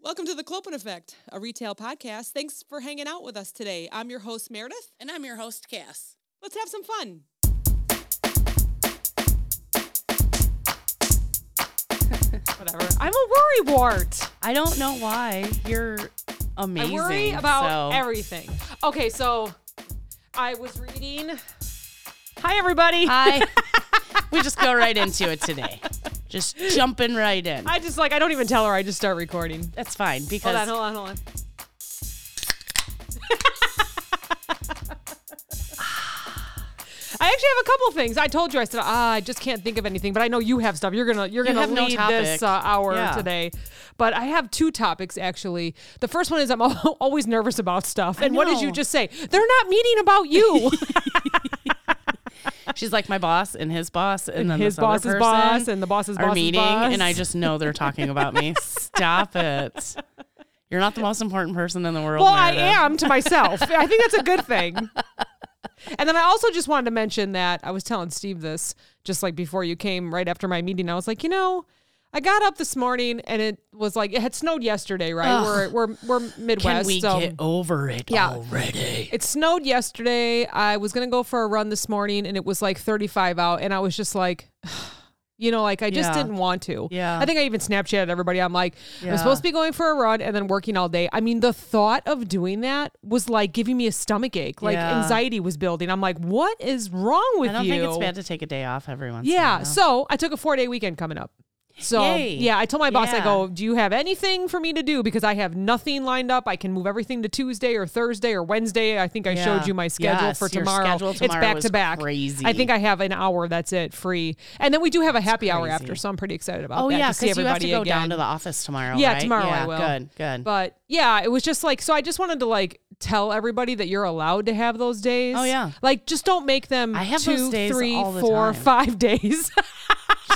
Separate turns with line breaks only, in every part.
Welcome to the Clopen Effect, a retail podcast. Thanks for hanging out with us today. I'm your host, Meredith.
And I'm your host, Cass.
Let's have some fun. Whatever.
I'm a worrywart.
I don't know why. You're amazing.
I worry about
so-
everything. Okay, so I was reading. Hi, everybody.
I, we just go right into it today. Just jumping right in.
I just like I don't even tell her. I just start recording.
That's fine because
Hold on, hold on, hold on. I actually have a couple things. I told you I said ah, I just can't think of anything, but I know you have stuff. You're gonna you're
You
gonna
have no
lead this
topic.
uh, hour
Yeah.
today. But I have two topics actually. The first one is I'm al- always nervous about stuff. And what did you
know.
just say? They're not meeting about you.
she's like my boss and his boss and then
his
this other
boss's
person
boss and the boss's
are
boss's
meeting
boss.
and I just know they're talking about me. Stop it. You're not the most important person in the world.
Well, I
Meredith.
am to myself. I think that's a good thing. And then I also just wanted to mention that I was telling Steve this just like before you came, right after my meeting. I was like, you know, I got up this morning and it was like it had snowed yesterday, right? We're we're we're
Can
Midwest,
we
so
get over it
Yeah.
already?
it snowed yesterday. I was gonna go for a run this morning and it was like 35 out, and I was just like. You know, like I just
Yeah.
didn't want to.
Yeah.
I think I even Snapchatted everybody. I'm like,
Yeah.
I'm supposed to be going for a run and then working all day. I mean, the thought of doing that was like giving me a stomach ache. Like
Yeah.
anxiety was building. I'm like, what is wrong with
I don't
you?
think it's bad to take a day off every once. in a
yeah.
while.
So I took a four day weekend coming up. So
Yay.
yeah, I told my boss, I
Yeah.
go, do you have anything for me to do? Because I have nothing lined up. I can move everything to Tuesday or Thursday or Wednesday. I think I
Yeah.
showed you my schedule
Yes,
for
your
tomorrow.
schedule
it's
tomorrow
back
was
to back.
crazy.
I think I have an hour. That's it, free. And then we do have a happy hour
crazy.
after, so I'm pretty excited about
Oh
that.
yeah,
to see
because you have to
everybody
go
again.
down to the office tomorrow.
Yeah,
right?
tomorrow I
yeah,
will.
Good, good.
But yeah, it was just like so. I just wanted to like tell everybody that you're allowed to have those days.
Oh, yeah.
like just don't make them
I have
two,
those days
three,
all the
four,
time.
five days.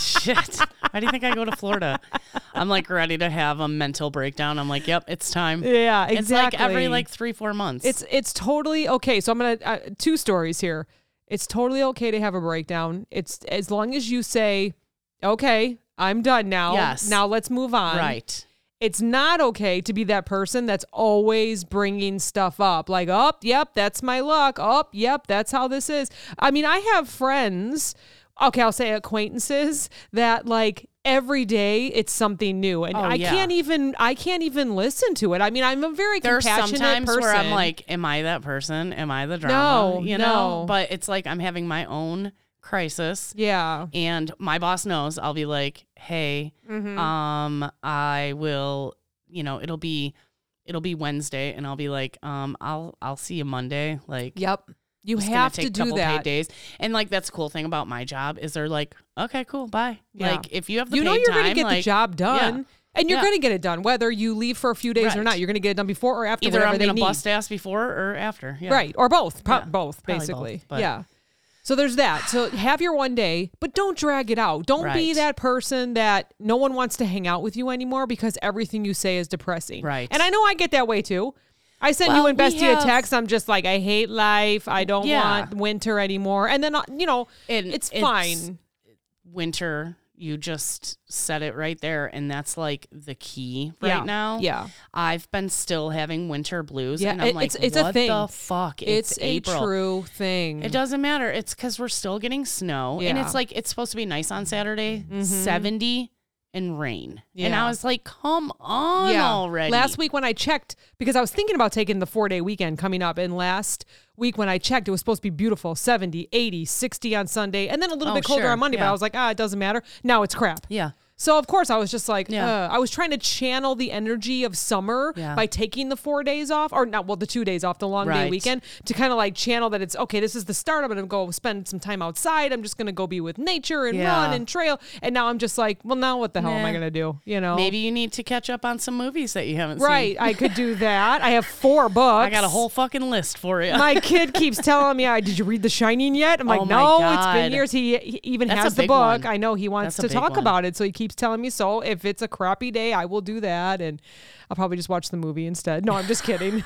Shit. Why do you think I go to Florida? I'm like ready to have a mental breakdown. I'm like, yep, it's time.
yeah, exactly.
It's like every like three, four months.
It's it's totally okay. So I'm gonna uh, two stories here. It's totally okay to have a breakdown. It's as long as you say, okay, I'm done now.
Yes.
Now let's move on.
right.
it's not okay to be that person that's always bringing stuff up like oh yep that's my luck oh yep that's how this is i mean i have friends okay i'll say acquaintances that like every day it's something new and
Oh,
i
yeah.
can't even i can't even listen to it i mean i'm a very
There's
compassionate
sometimes
person
where I'm like, Am I that person? Am I the drama?
No,
you know?
no.
But it's like I'm having my own crisis.
yeah
and my boss knows i'll be like hey
Mm-hmm.
um i will you know it'll be it'll be wednesday and i'll be like um i'll i'll see you monday like
yep you
it's gonna
have
take
to
a
do
couple paid
that
days and like that's the cool thing about my job is they're like okay cool bye
Yeah.
like if you have the
you know
paid
you're
time,
gonna get the
like,
job done and you're
Yeah.
gonna get it done whether you leave for a few days or
Right.
not you're gonna get it done before or after
either
whatever
i'm
they
gonna
need.
bust ass before or after yeah.
Right. Or both. Pro-
Yeah.
Both,
Probably
basically.
both, but-
yeah. So there's that. So have your one day, but don't drag it out. Don't be
Right.
that person that no one wants to hang out with you anymore because everything you say is depressing.
Right.
And I know I get that way too. I send you
Well,
and
we
Bestie
have-
a text. I'm just like, I hate life. I don't
Yeah.
want winter anymore. And then, uh, you know,
And
it's,
it's-
fine.
winter you just said it right there and that's like the key right
Yeah.
now
Yeah.
i've been still having winter blues
Yeah,
and i'm
it-
like
it's- it's a
what
thing.
the fuck
It's,
it's,
a
april
true thing.
it doesn't matter it's because we're still getting snow and
Yeah. Mm-hmm.
it's like it's supposed to be nice on saturday 70 and rain and
Yeah.
i was like come on already
Last week when I checked, because I was thinking about taking the four day weekend coming up, and last week when I checked, it was supposed to be beautiful 70, 80, 60 on Sunday, and then a little
Oh,
bit colder
sure.
on Monday, but
Yeah.
I was like, ah, it doesn't matter. Now it's crap.
yeah
So, of course, I was just like,
Yeah.
uh, I was trying to channel the energy of summer
Yeah.
by taking the four days off, or not, well, the two days off, the long day
Right.
weekend, to kind of like channel that it's okay, this is the start. I'm going to go spend some time outside. I'm just going to go be with nature and
Yeah.
run and trail. And now I'm just like, well, now what the hell am I
Nah.
going to do? You know?
maybe you need to catch up on some movies that you haven't
Right.
seen
I could do that. I have four books.
i got a whole fucking list for you
My kid keeps telling me, "I did you read The Shining yet?" I'm like,
Oh my
"No, it's been
God.
years." He, he even
That's a
has the
big
book.
one.
I know he wants
That's
to
a big
talk
one.
about it, so he keeps telling me. So if it's a crappy day, I will do that, and I'll probably just watch the movie instead. No, I'm just kidding.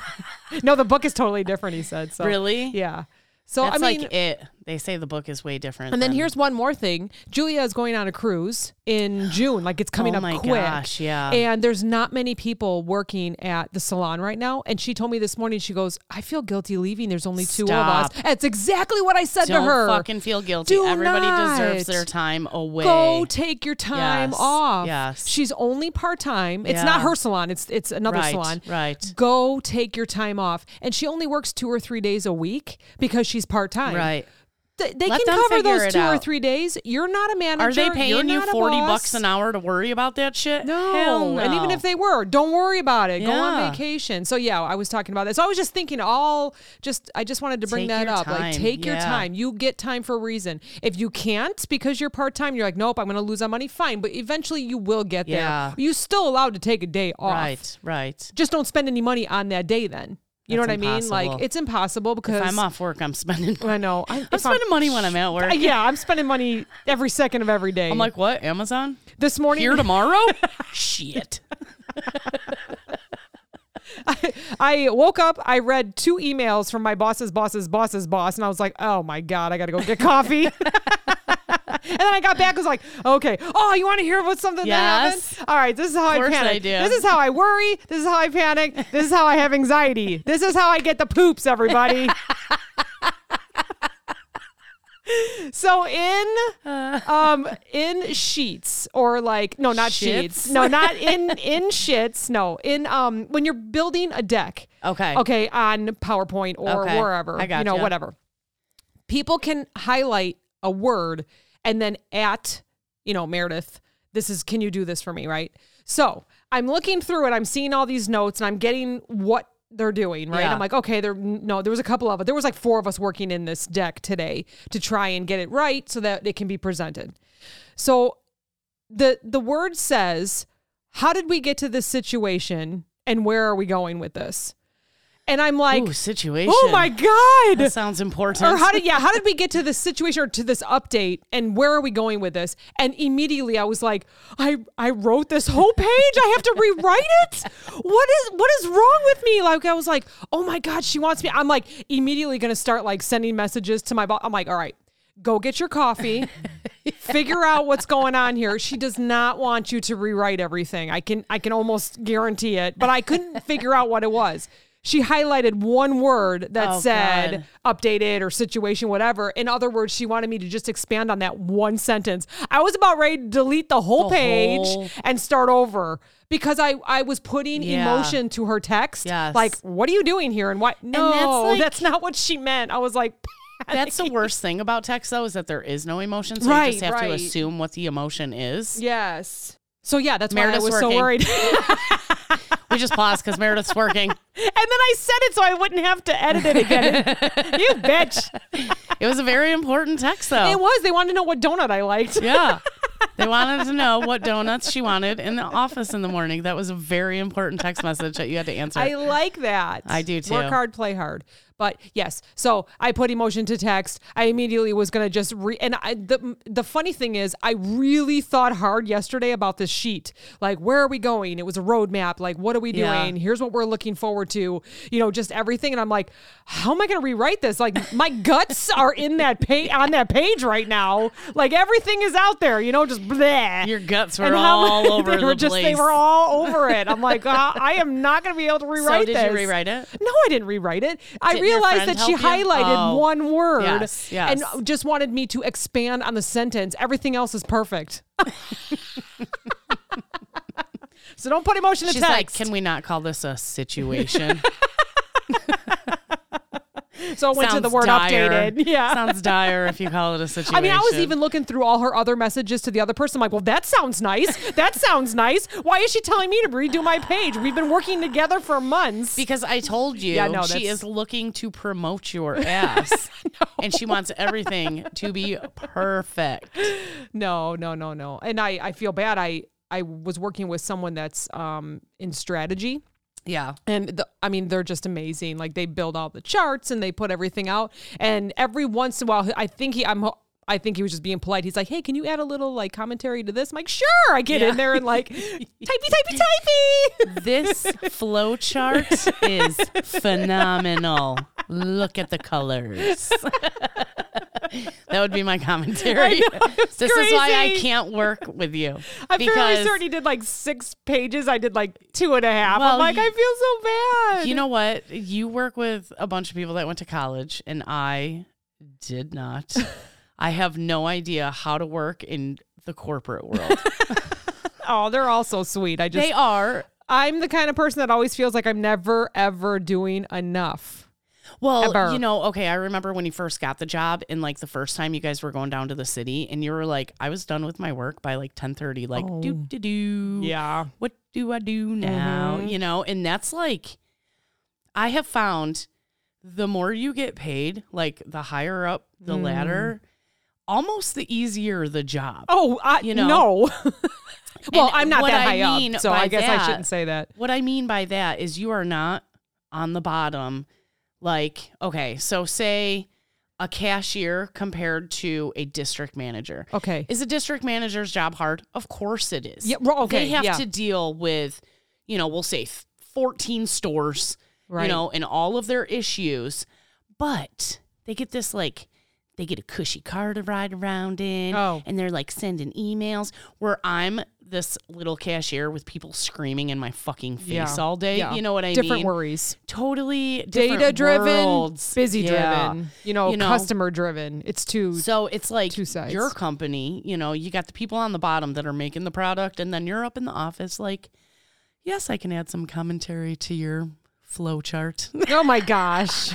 no, the book is totally different. He said. So
Really?
Yeah. So
that's
I mean,
like it They say the book is way different.
And then
than-
here's one more thing. Julia is going on a cruise in June. Like it's coming
Oh
up
my
quick.
gosh, yeah.
And there's not many people working at the salon right now. And she told me this morning, she goes, I feel guilty leaving. There's only two of us.
Stop.
That's exactly what I said
don't
to her.
fucking feel guilty.
Do
Everybody deserves
not.
their time away.
Go take your time
Yes,
off.
yes.
She's only part time. It's not
Yeah.
her salon. It's it's another
Right,
salon.
right.
Go take your time off. And she only works two or three days a week because she's part time.
right.
Th- they
Let
can
them
cover
figure
those
it
two or
out.
three days. You're not a manager.
Are they
You're
paying you
not a
40
boss.
bucks an hour to worry about that shit?
No.
Hell no.
And even if they were, don't worry about it. Go on
Yeah.
vacation. So yeah, I was talking about that. So I was just thinking all just I just wanted to bring
Take
that
your
up. Like
time.
take your
Yeah.
time. You get time for a reason. If you can't because you're part-time, you're like, "Nope, I'm going to lose on money." Fine, but eventually you will get
Yeah.
there. You're still allowed to take a day off.
Right, right.
Just don't spend any money on that day then. You know what
That's
I mean? Like
impossible.
it's impossible because
If I'm off work, I'm spending
I know. I,
I'm spending money when I'm at work.
yeah, I'm spending money every second of every day.
I'm like, what? Amazon?
this morning
Here tomorrow? shit.
I woke up, I read two emails from my boss's boss's boss's boss, and I was like, oh my God, I gotta go get coffee. and then I got back, I was like, okay, oh, you wanna hear about something that
Yes.
happened? All right, this is how I
course
panic.
I do.
This is how I worry. This is how I panic. This is how I have anxiety. This is how I get the poops, everybody. So in um in sheets or like no not sheets
Shits?
no not in in shits no in um when you're building a deck
Okay.
okay on PowerPoint or
Okay.
wherever
I
you know
gotcha.
whatever people can highlight a word and then at you know Meredith this is can you do this for me right so I'm looking through it I'm seeing all these notes and I'm getting what they're doing right
Yeah.
I'm like like, okay, there no, there was a couple of it. There was like four of us working in this deck today to try and get it right so that it can be presented. So the the word says, how did we get to this situation and where are we going with this? And I'm like,
Ooh, situation.
oh my God.
That sounds important.
Or how did yeah, how did we get to this situation or to this update and where are we going with this? And immediately I was like, I I wrote this whole page. I have to rewrite it. What is what is wrong with me? Like I was like, oh my God, she wants me. I'm like immediately gonna start like sending messages to my boss. I'm like, all right, go get your coffee. Figure out what's going on here. She does not want you to rewrite everything. I can I can almost guarantee it, but I couldn't figure out what it was. She highlighted one word that
Oh,
said
God.
updated or situation, whatever. In other words, she wanted me to just expand on that one sentence. I was about ready to delete the whole
The
page
whole-
and start over because I, I was putting
Yeah.
emotion to her text.
Yes.
Like, what are you doing here? And why? No,
that's like-
that's not what she meant. I was like,
That's the worst thing about text, though, is that there is no emotion. So
Right,
you just have
right.
to assume what the emotion is.
yes. So yeah, that's
Meredith's
why I was so
working.
worried.
We just pause because Meredith's working.
and then I said it so I wouldn't have to edit it again. you bitch.
It was a very important text, though.
It was. They wanted to know what donut I liked.
Yeah. They wanted to know what donuts she wanted in the office in the morning. That was a very important text message that you had to answer.
I like that.
I do too.
Work hard, play hard. But yes, so I put emotion to text. I immediately was gonna just re and I, the the funny thing is, I really thought hard yesterday about this sheet. Like, where are we going? It was a roadmap. Like, what are we doing?
Yeah.
Here's what we're looking forward to. You know, just everything. And I'm like, how am I gonna rewrite this? Like, my guts are in that page on that page right now. Like, everything is out there. You know, just bleh.
Your guts were
And how-
all over
they were
the
just,
place.
They were all over it. I'm like, "Ah, I am not going to be able to rewrite
so did
this.
you rewrite it?
No, I didn't rewrite it. I
Didn't your
realized
friend
that she
help you?
highlighted
Oh.
one word
Yes, yes.
and just wanted me to expand on the sentence. Everything else is perfect. so don't put emotion in
She's like,
text.
can we not call this a situation?
so I went to the
Sounds
word
dire.
updated. Yeah.
Sounds dire if you call it a situation.
I mean, I was even looking through all her other messages to the other person. I'm like, well, that sounds nice. That sounds nice. Why is she telling me to redo my page? We've been working together for months.
Because I told you
Yeah, no,
she
that's-
is looking to promote your ass. And she wants everything to be perfect.
No, no, no, no. And I, I feel bad. I, I was working with someone that's um, in strategy.
Yeah.
And the, I mean, they're just amazing. Like they build all the charts and they put everything out. And every once in a while, I think he, I'm, I think he was just being polite. He's like, "Hey, can you add a little like commentary to this?" I'm like, "Sure." I get in there and like, typey, typey, typey.
This flow chart is phenomenal. Look at the colors. that would be my commentary. this is why I
crazy.
can't work with you.
I'm fairly certain he did like six pages. I did like two and a half.
Well,
I'm like,
you-
I feel so bad.
you know what? You work with a bunch of people that went to college, and I did not. I have no idea how to work in the corporate world.
oh, they're all so sweet. I just,
they are
I'm the kind of person that always feels like I'm never ever doing enough.
Well,
Ever.
you know, okay, I remember when you first got the job and like the first time you guys were going down to the city and you were like, I was done with my work by like ten thirty, like do do do.
Yeah.
What do I do now? You know, and that's like I have found the more you get paid, like the higher up the ladder, almost the easier the job.
Oh, I,
You
you
know.
know. well,
And
I'm not
what
that
I
high
mean
up, so
by
I guess
that-
I shouldn't say that.
What I mean by that is you are not on the bottom. Like, okay, so say a cashier compared to a district manager.
Okay.
Is a district manager's job hard? Of course it is.
Yeah, well, okay,
They have
yeah.
to deal with, you know, we'll say 14 stores, you
Right.
know, and all of their issues. But they get this like, they get a cushy car to ride around in
Oh.
and they're like sending emails where I'm this little cashier with people screaming in my fucking face
Yeah.
all day.
Yeah.
You know what I
Different
mean?
worries.
Totally different
Data driven,
worlds.
busy
Yeah.
driven, you know,
You know.
customer driven. It's too.
So it's like
Two sides.
your company, you know, you got the people on the bottom that are making the product, and then you're up in the office like, yes, I can add some commentary to your flow chart.
oh my gosh.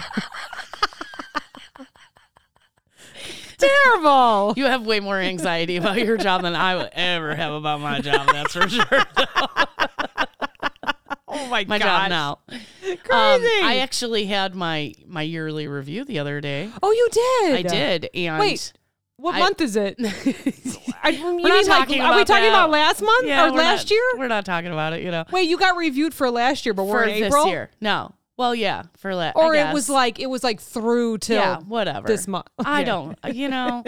Terrible.
you have way more anxiety about your job than I would ever have about my job, that's for sure.
Oh my,
my
gosh.
job now. Um,
Crazy.
I actually had my my yearly review the other day.
Oh, you did.
I did, and
Wait, What
I-
month is it? I, we're
not talking
Are we
about
talking
that.
about last month
yeah,
or
we're
last
not-
year?
We're not talking about it, you know.
Wait, you got reviewed for last year, but we're
for
in
this
April,
year, no. Well, yeah, for last.
or it was like it was like through till
yeah, whatever.
this month.
I
Okay.
don't. You know,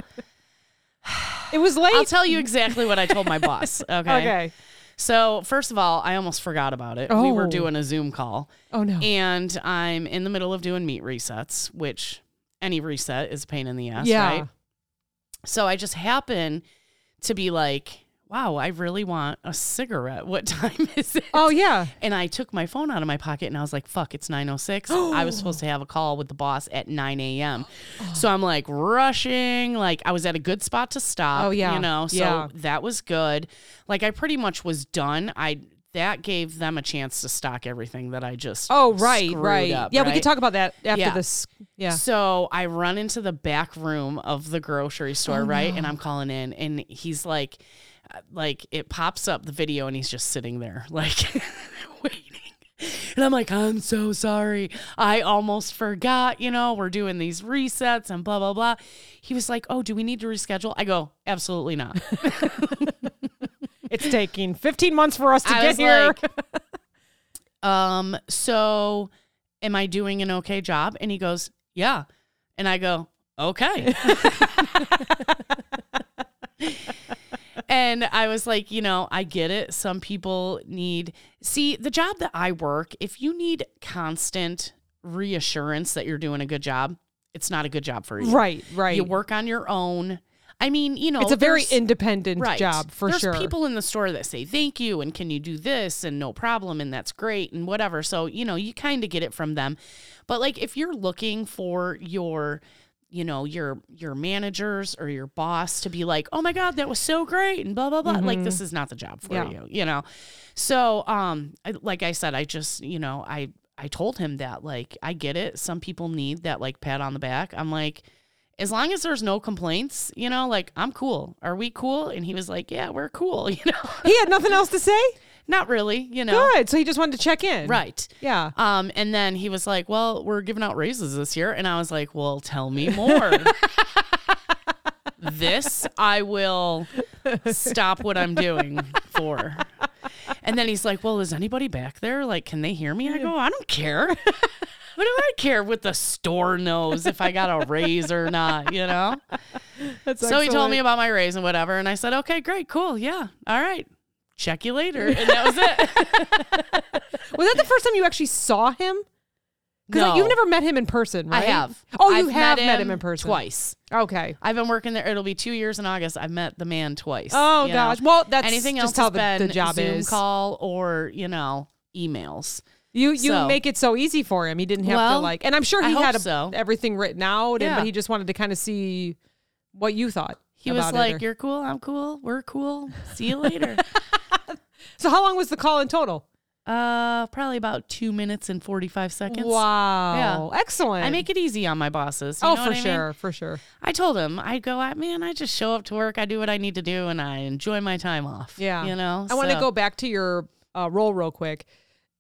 It was late.
I'll tell you exactly what I told my boss. Okay.
okay.
So first of all, I almost forgot about it. We were
Oh.
doing a Zoom call,
Oh no.
and I'm in the middle of doing meat resets, which any reset is a pain in the ass,
yeah.
right? So I just happen to be like, wow, I really want a cigarette. What time is it?
Oh yeah.
And I took my phone out of my pocket and I was like, fuck, it's 906. I was supposed to have a call with the boss at 9 a.m. So I'm like rushing. Like I was at a good spot to stop.
Oh, yeah.
You know, so
Yeah.
that was good. Like I pretty much was done. I that gave them a chance to stock everything that I just
Oh right,
screwed
right.
up,
yeah, we
right?
could talk about that after
Yeah.
this. Yeah.
So I run into the back room of the grocery store, right? And I'm calling in, and he's like, uh, like it pops up the video, and he's just sitting there, like waiting. And I'm like, I'm so sorry. I almost forgot. You know, we're doing these resets and blah blah blah. He was like, Oh, do we need to reschedule? I go, Absolutely not.
It's taking 15 months for us to
I
get
was
here.
like, um, so am I doing an okay job? And he goes, Yeah. And I go, Okay. and I was like, you know, I get it. Some people need, see, the job that I work, if you need constant reassurance that you're doing a good job, it's not a good job for you.
right, right.
You work on your own. I mean, you know,
it's a very
there's-
independent job for
There's
sure.
people in the store that say thank you and can you do this and no problem and that's great and whatever. So, you know, you kind of get it from them. But like if you're looking for your you know your your managers or your boss to be like oh my god that was so great and blah blah blah like this is not the job for
Mm-hmm. Yeah.
you you know so um I, like i said i just you know i i told him that like i get it some people need that like pat on the back i'm like as long as there's no complaints, you know, like I'm cool. Are we cool? And he was like, Yeah, we're cool, you know.
he had nothing else to say.
Not really, you know.
Good. So he just wanted to check in.
Right.
Yeah.
Um, and then he was like, Well, we're giving out raises this year. And I was like, Well, tell me more. this I will stop what I'm doing for. And then he's like, Well, is anybody back there? Like, can they hear me? I go, I don't care. What do I care what the store knows if I got a raise or not, you know?
That's
So he told me about my raise and whatever, and I said, "Okay, great, cool, yeah, all right, check you later." And that was it.
Was that the first time you actually saw him? Because
No.
you've never met him in person, right?
I have.
Oh, you
I've
have met, him in person
twice.
Okay.
I've been working there. It'll be two years in August. I've met the man twice.
Oh,
you know.
gosh. Well, that's
anything else
just how
has
the,
been
the job
Zoom
is.
call or you know emails.
You you
So-
make it so easy for him. He didn't have to
Well,
like, and I'm sure
I
he
hope
had a,
so.
everything written out, and, but
Yeah.
he just wanted to kind of see what you thought.
He was
about it
like,
or-
"You're cool. I'm cool. We're cool. See you later."
so how long was the call in total?
uh, probably about two minutes and forty five seconds.
Wow, excellent.
I make it easy on my bosses. you
oh
know
for
what I mean?
sure, for sure.
I told him I go out, man. I just show up to work. I do what I need to do, and I enjoy my time off.
Yeah,
you know.
I want to
So-
go back to your uh, role real quick.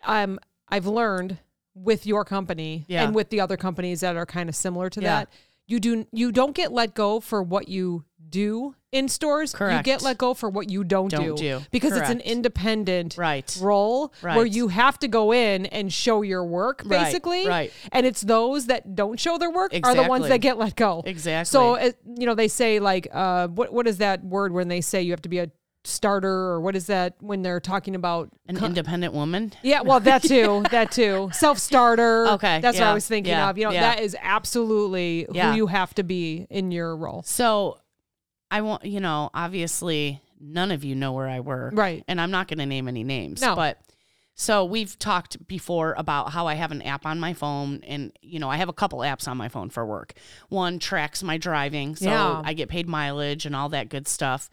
Um, I've learned with your company
Yeah.
and with the other companies that are kind of similar to
Yeah.
that, you do you don't get let go for what you do in stores. You
Correct.
get let go for what you don't,
Don't do.
because it's an
Correct.
independent
Right.
role where
Right.
you have to go in and show your work
Right,
basically.
right.
And it's those that don't show their work are the ones
Exactly.
that get let go.
Exactly.
So it, you know they say like uh what what is that word when they say you have to be a starter or what is that when they're talking about
an independent woman.
yeah well that too that too self starter
Okay,
that's what I
yeah,
was thinking
yeah,
of you know
yeah.
that is absolutely
Yeah.
who you have to be in your role
So I want you know, obviously none of you know where I work.
Right.
And I'm not gonna name any names.
No.
But so we've talked before about how I have an app on my phone and you know, I have a couple apps on my phone for work. One tracks my driving, so
Yeah.
I get paid mileage and all that good stuff.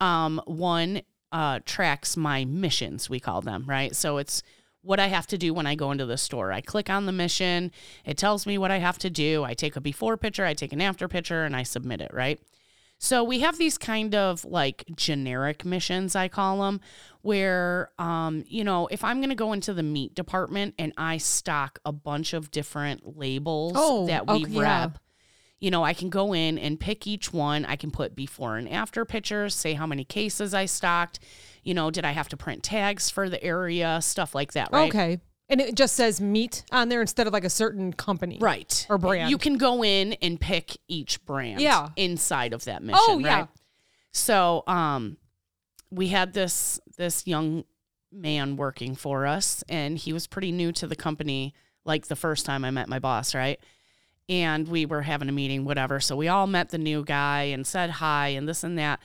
Um, one uh tracks my missions, we call them, right? So it's what I have to do when I go into the store. I click on the mission, it tells me what I have to do. I take a before picture, I take an after picture, and I submit it, right? So we have these kind of like generic missions, I call them, where, um, you know, if I'm going to go into the meat department and I stock a bunch of different labels
Oh,
that we
okay, yeah.
wrap, you know, I can go in and pick each one. I can put before and after pictures, say how many cases I stocked, you know, did I have to print tags for the area, stuff like that, right?
okay and it just says meat on there instead of like a certain company
Right.
Or brand.
You can go in and pick each brand
Yeah.
inside of that mission.
oh yeah
right? So um we had this this young man working for us and he was pretty new to the company like the first time I met my boss, right? And we were having a meeting whatever. So we all met the new guy and said hi and this and that.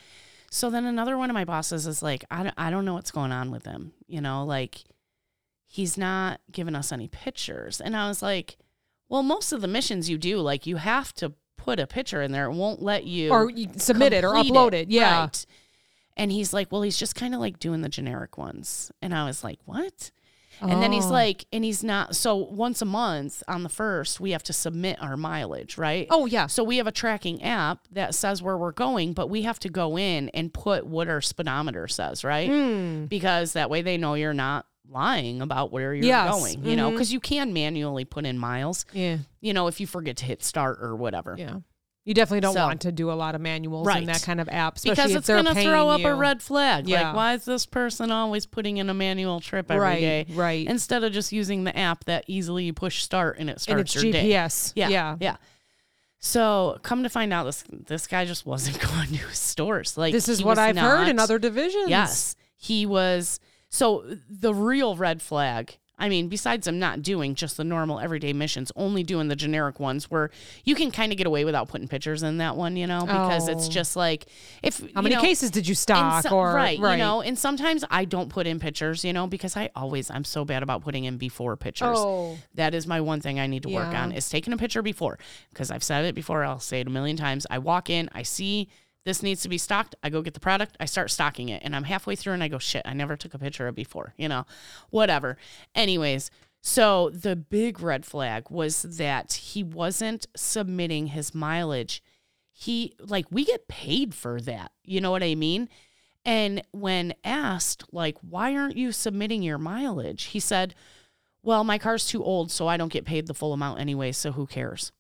So then another one of my bosses is like, I don't, I don't know what's going on with him. You know, like he's not giving us any pictures. And I was like, well, most of the missions you do, like you have to put a picture in there. It won't let you
or you submit it or
complete
upload it, yeah
Right. And he's like, well, he's just kind of like doing the generic ones. And I was like, what? And then he's
Oh.
like, and he's not. So once a month on the first, we have to submit our mileage, right?
oh yeah
So we have a tracking app that says where we're going, but we have to go in and put what our speedometer says, right?
Mm.
Because that way they know you're not lying about where you're
Yes.
going, you know,
Mhm.
because you can manually put in miles,
yeah
you know, if you forget to hit start or whatever.
yeah you definitely don't
So-
want to do a lot of manuals
Right.
and that kind of app especially
because
if
it's
they're
going to
paying
throw up
you.
a red flag.
Yeah.
Like, why is this person always putting in a manual trip every
right,
day
Right.
instead of just using the app that easily you push start and it starts
and it's
your day?
GPS.
Yeah,
Yeah.
yeah. So come to find out, this this guy just wasn't going to his stores. Like
This is
he
what
was
I've heard in
not-
other divisions.
Yes, he was. So the real red flag. I mean, besides him not doing just the normal everyday missions, only doing the generic ones where you can kind of get away without putting pictures in that one, you know, because it's
Oh.
just like if
How many cases did you stock?
so-
or
right, you know, and sometimes I don't put in pictures, you know, because I always I'm so bad about putting in before pictures.
Oh.
That is my one thing I need to work
Yeah.
on is taking a picture before because I've said it before. I'll say it a million times. I walk in, I see this needs to be stocked. I go get the product. I start stocking it, and I'm halfway through, and I go shit. I never took a picture of before. You know, whatever. Anyways. So the big red flag was that he wasn't submitting his mileage. He like we get paid for that. You know what I mean? And when asked, like, why aren't you submitting your mileage? He said, well, my car's too old, so I don't get paid the full amount anyway, so who cares?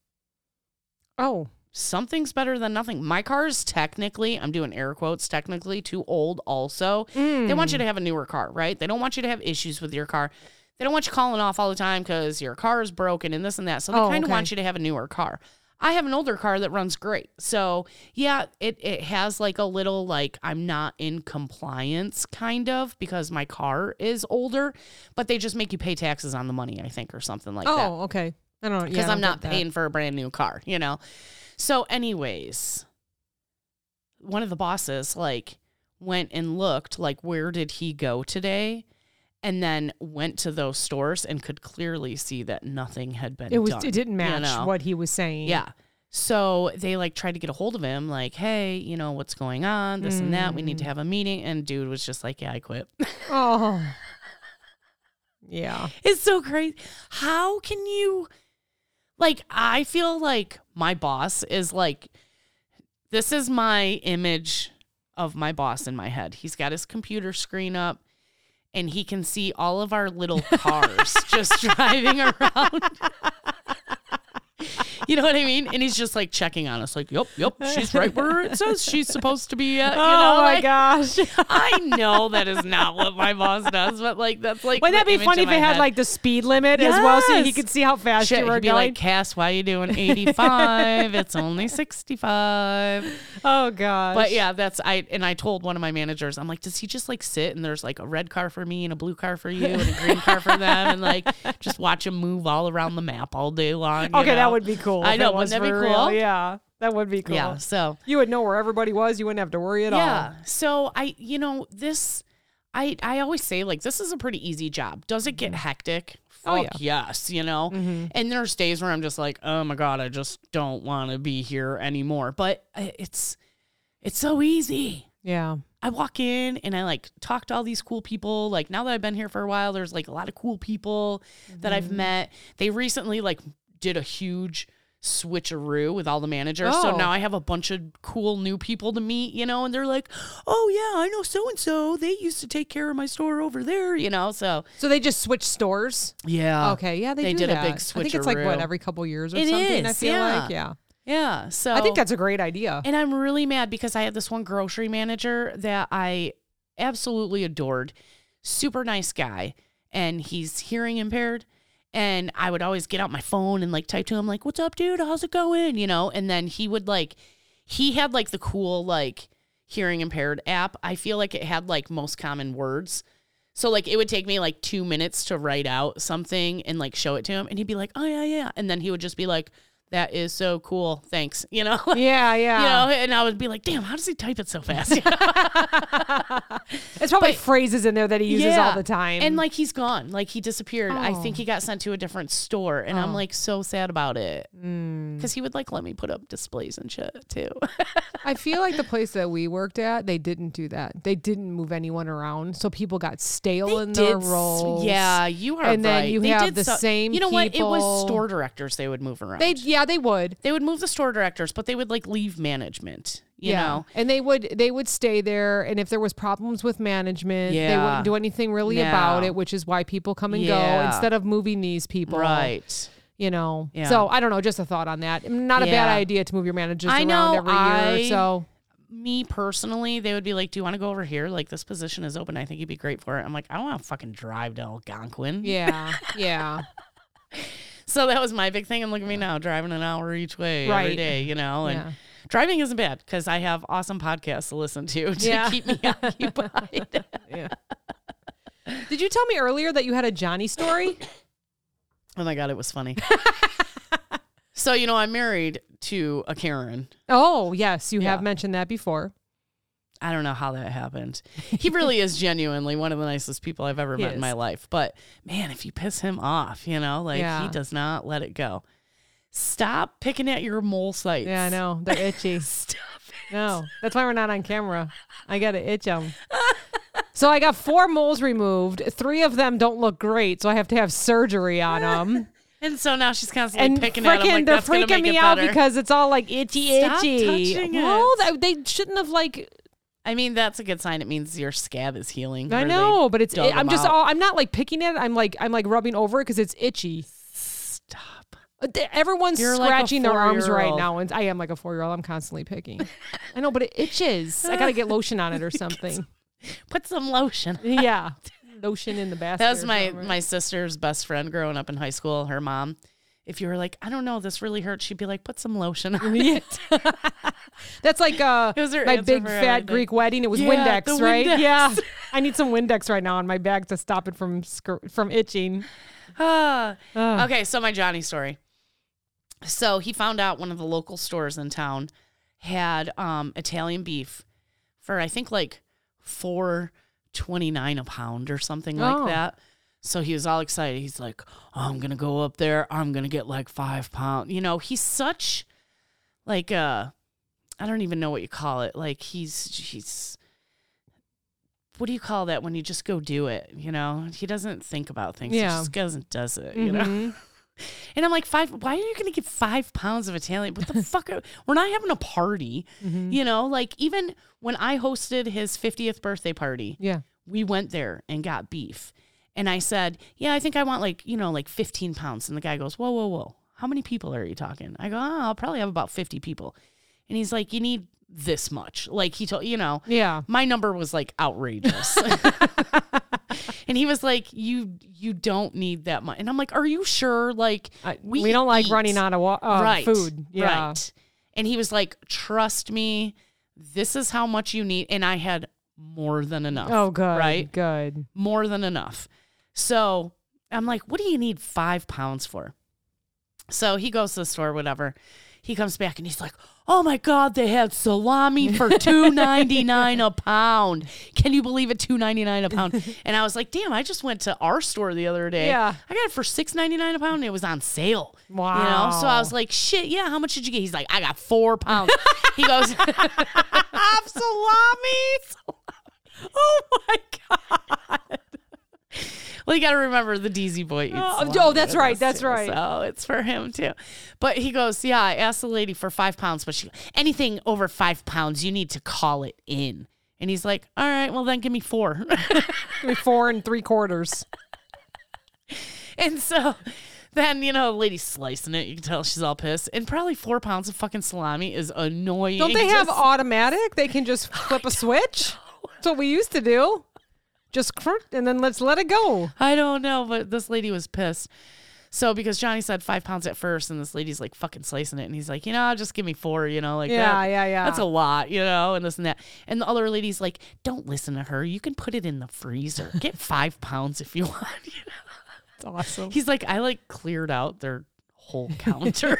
Oh.
Something's better than nothing. My car is technically, I'm doing air quotes, technically too old also. They want you
Mm.
to have a newer car, right? They don't want you to have issues with your car. They don't want you calling off all the time because your car is broken and this and that. So they
Oh,
kind of
okay.
want you to have a newer car. I have an older car that runs great. So yeah, it, it has like a little like I'm not in compliance kind of because my car is older, but they just make you pay taxes on the money, I think, or something like that.
Oh, okay. I don't know.
because
yeah, I
I'm
don't
not
get that.
paying for a brand new car, you know? So, anyways, one of the bosses like went and looked like where did he go today? And then went to those stores and could clearly see that nothing had been
It was.
done,
it didn't
you
match
know?
what he was saying.
Yeah. So they like tried to get a hold of him, like, hey, you know, what's going on? This and that. We
Mm.
need to have a meeting. And dude was just like, yeah, I quit.
Oh. Yeah.
It's so crazy. How can you like I feel like my boss is like this is my image of my boss in my head. He's got his computer screen up and he can see all of our little cars just driving around. You know what I mean? And he's just like checking on us, like, yep, yep, she's right where it says she's supposed to be at. You
oh
know,
my
like,
gosh.
I know that is not what my boss does, but like, that's like.
Wouldn't that
the
be
image
funny
in
if it
my
had
head.
like the speed limit as well, so he
Yes.
could see how fast
Shit,
you
he'd
were
be
going?
like, Cass, why you doing 85? it's only 65.
oh gosh.
But yeah, that's I and I told one of my managers, I'm like, does he just like sit and there's like a red car for me and a blue car for you and a green car for them and like just watch him move all around the map all day long? you
Okay, that
know?
would be cool.
I
if
know,
it was
wouldn't that be
for real.
cool?
Yeah, that would be cool.
Yeah, so
You would know where everybody was. You wouldn't have to worry at
yeah. So I you know, this I I always say like this is a pretty easy job. Does it get hectic? Fuck
Oh,
yes, you know. And there's days where I'm just like, oh my god, I just don't want to be here anymore. But I- it's it's so easy.
all.
I walk in and I like talk to all these cool people. Like now that I've been here for a while, there's like a lot of cool people that
Mm-hmm.
I've met. They recently like did a huge switcheroo with all the managers.
Oh.
So now I have a bunch of cool new people to meet, you know, and they're like, "Oh yeah, I know so and so. They used to take care of my store over there, you know." So,
Yeah. So they just switched stores.
yeah.
okay. Yeah, they,
Oh, they
do
did a
that.
big
I think it's like what
switcheroo.
every couple years or
It
something. I
is,
feel
yeah.
like yeah.
Yeah. So
I think that's a great idea.
And I'm really mad because I had this one grocery manager that I absolutely adored. Super nice guy. And he's hearing impaired. And I would always get out my phone and like type to him, like, what's up, dude? How's it going? You know? And then he would like, he had like the cool, like, hearing impaired app. I feel like it had like most common words. So like it would take me like two minutes to write out something and like show it to him, and he'd be like, "Oh yeah, yeah," and then he would just be like, "That is so cool, thanks," you know.
yeah, yeah.
you know, and I would be like, damn, how does he type it so fast?
it's probably phrases in there that he uses all the time.
And like he's gone. Like he disappeared. I think
Oh.
he got sent to a different store. And I'm like so sad about it.
Mm.
Because he would like let me put up displays and shit too.
I feel like the place that we worked at, they didn't do that. They didn't move anyone around, so people got stale in their
s-
roles.
Yeah, you are
And then
right.
you
They
have
did
the same
You know what? It
people.
was store directors they would move around.
they yeah they would.
they would move the store directors, but they would like leave management. You know?
and they would they would stay there, and if there was problems with management, they
Yeah.
wouldn't do anything really about
No.
it, which is why people come and go
Yeah.
instead of moving these people,
Right.
You know,
Yeah.
so I don't know. Just a thought on that. Not a bad
Yeah.
idea to move your managers
I
around
know,
every year.
I-
So
me personally, they would be like, "Do you want to go over here? Like this position is open. I think you'd be great for it." I'm like, "I don't want to fucking drive to Algonquin."
yeah, yeah,
So that was my big thing. And look at me now, driving an hour each way
Right.
every day. You know, and
Yeah.
driving isn't bad because I have awesome podcasts to listen to to
Yeah.
keep me occupied.
yeah. Did you tell me earlier that you had a Johnny story?
oh my god, it was funny. so you know, I'm married to a Karen.
Oh, yes, you have
Yeah.
mentioned that before.
I don't know how that happened. He really is genuinely one of the nicest people I've ever
He
met in my
is.
life. But man, if you piss him off, you know, like
Yeah.
he does not let it go. Stop picking at your mole sites.
Yeah, I know. They're itchy.
Stop it.
No, that's why we're not on camera. I got to itch them. so I got four moles removed. Three of them don't look great, so I have to have surgery on them.
And so now she's constantly
And
picking at him.
freaking,
Like,
they're
that's gonna
freaking
make
me
it
out
better.
because it's all like itchy,
Stop
itchy.
touching
Well, th-
it.
they shouldn't have like.
I mean, that's a good sign. It means your scab is healing.
I
where they
know, but it's.
dug
I'm
them
just
out.
all. I'm not like picking at it. I'm like. I'm like rubbing over it because it's itchy.
Stop.
Uh, th- Everyone's
You're like a
scratching their arms right
four-year-old.
now, and I am like a four year old. I'm constantly picking. I know, but it itches. I gotta get lotion on it or something.
Put some lotion.
yeah, lotion in the basket.
That was
or
my
something, right?
my sister's best friend growing up in high school. Her mom, if you were like, I don't know, this really hurts, she'd be like, put some lotion on it.
That's like uh,
It was her
my
answer
big
for
fat
everything.
Greek wedding. It was
Yeah, the
Windex, right?
Windex.
Yeah, I need some Windex right now on my back to stop it from scr- from itching.
Ah.
Ugh.
okay, so my Johnny story. So he found out one of the local stores in town had um, Italian beef for I think like four twenty nine a pound or something
Oh.
like that. So he was all excited. He's like, "I'm gonna go up there. I'm gonna get like five pound." You know, he's such like uh, I don't even know what you call it. Like he's he's what do you call that when you just go do it? You know, he doesn't think about things.
Yeah. Mm-hmm.
He just goes and does it. You know. And I'm like, five. Why are you going to get five pounds of Italian? What the fuck? Are, we're not having a party. You know, like even when I hosted his 50th birthday party,
Yeah.
we went there and got beef. And I said, yeah, I think I want like, you know, like 15 pounds. And the guy goes, whoa, whoa, whoa. How many people are you talking? I go, oh, I'll probably have about 50 people. And he's like, you need this much. Like he told, you know,
Yeah.
my number was like outrageous. and he was like, "You you don't need that much." And I'm like, "Are you sure?" Like
I- we, don't like
eat.
running out of wa- uh, food. Yeah.
Right. And he was like, "Trust me, this is how much you need." And I had more than enough.
Oh, good.
Right
Good.
more than enough. So I'm like, what do you need five pounds for? So he goes to the store, whatever. He comes back and he's like, oh my God, they had salami for two ninety nine a pound. Can you believe it? Two ninety nine a pound. And I was like, damn, I just went to our store the other day.
Yeah.
I got it for six ninety nine a pound and it was on sale. You know? So I
Wow.
was like, shit, yeah, how much did you get? He's like, I got four pounds. he goes,
Half salami.
Oh my god. well, you got to remember the DZ boy. Eats
Oh,
salami
oh, that's
with
right,
us,
that's
too,
right.
So it's for him too. But he goes, yeah. I asked the lady for five pounds, but she anything over five pounds, you need to call it in. And he's like, all right, well then give me four.
Four and three quarters.
and so. Then, you know, the lady's slicing it. You can tell she's all pissed. And probably four pounds of fucking salami is annoying.
Don't they have
Just-
automatic? They can just flip a switch. That's what we used to do. Just cr- and then let's let it go.
I don't know, but this lady was pissed. So because Johnny said five pounds at first, and this lady's like fucking slicing it, and he's like, you know, just give me four, you know, like
Yeah,
that-
yeah, yeah.
that's a lot, you know, and this and that. And the other lady's like, don't listen to her. You can put it in the freezer. Get five pounds if you want. You know?
It's awesome.
He's like, I like cleared out their whole counter.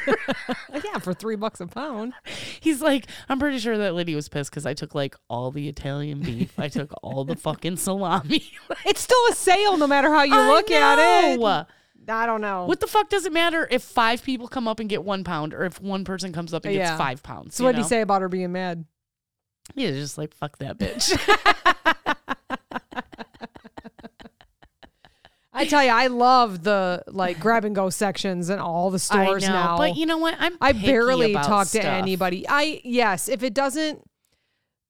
yeah, for three bucks a pound.
He's like, I'm pretty sure that lady was pissed because I took like all the Italian beef. I took all the fucking salami.
It's still a sale, no matter how you
I
look at it.
know.
I don't know.
What the fuck does it matter if five people come up and get one pound or if one person comes up and
Yeah.
gets five pounds?
so what did he say about her being mad?
He's just like, fuck that bitch.
I tell you, I love the like grab and go sections and all the
I
stores
know,
now.
But you know what? I'm
I
picky
barely
about
talk to
stuff.
anybody. I yes, if it doesn't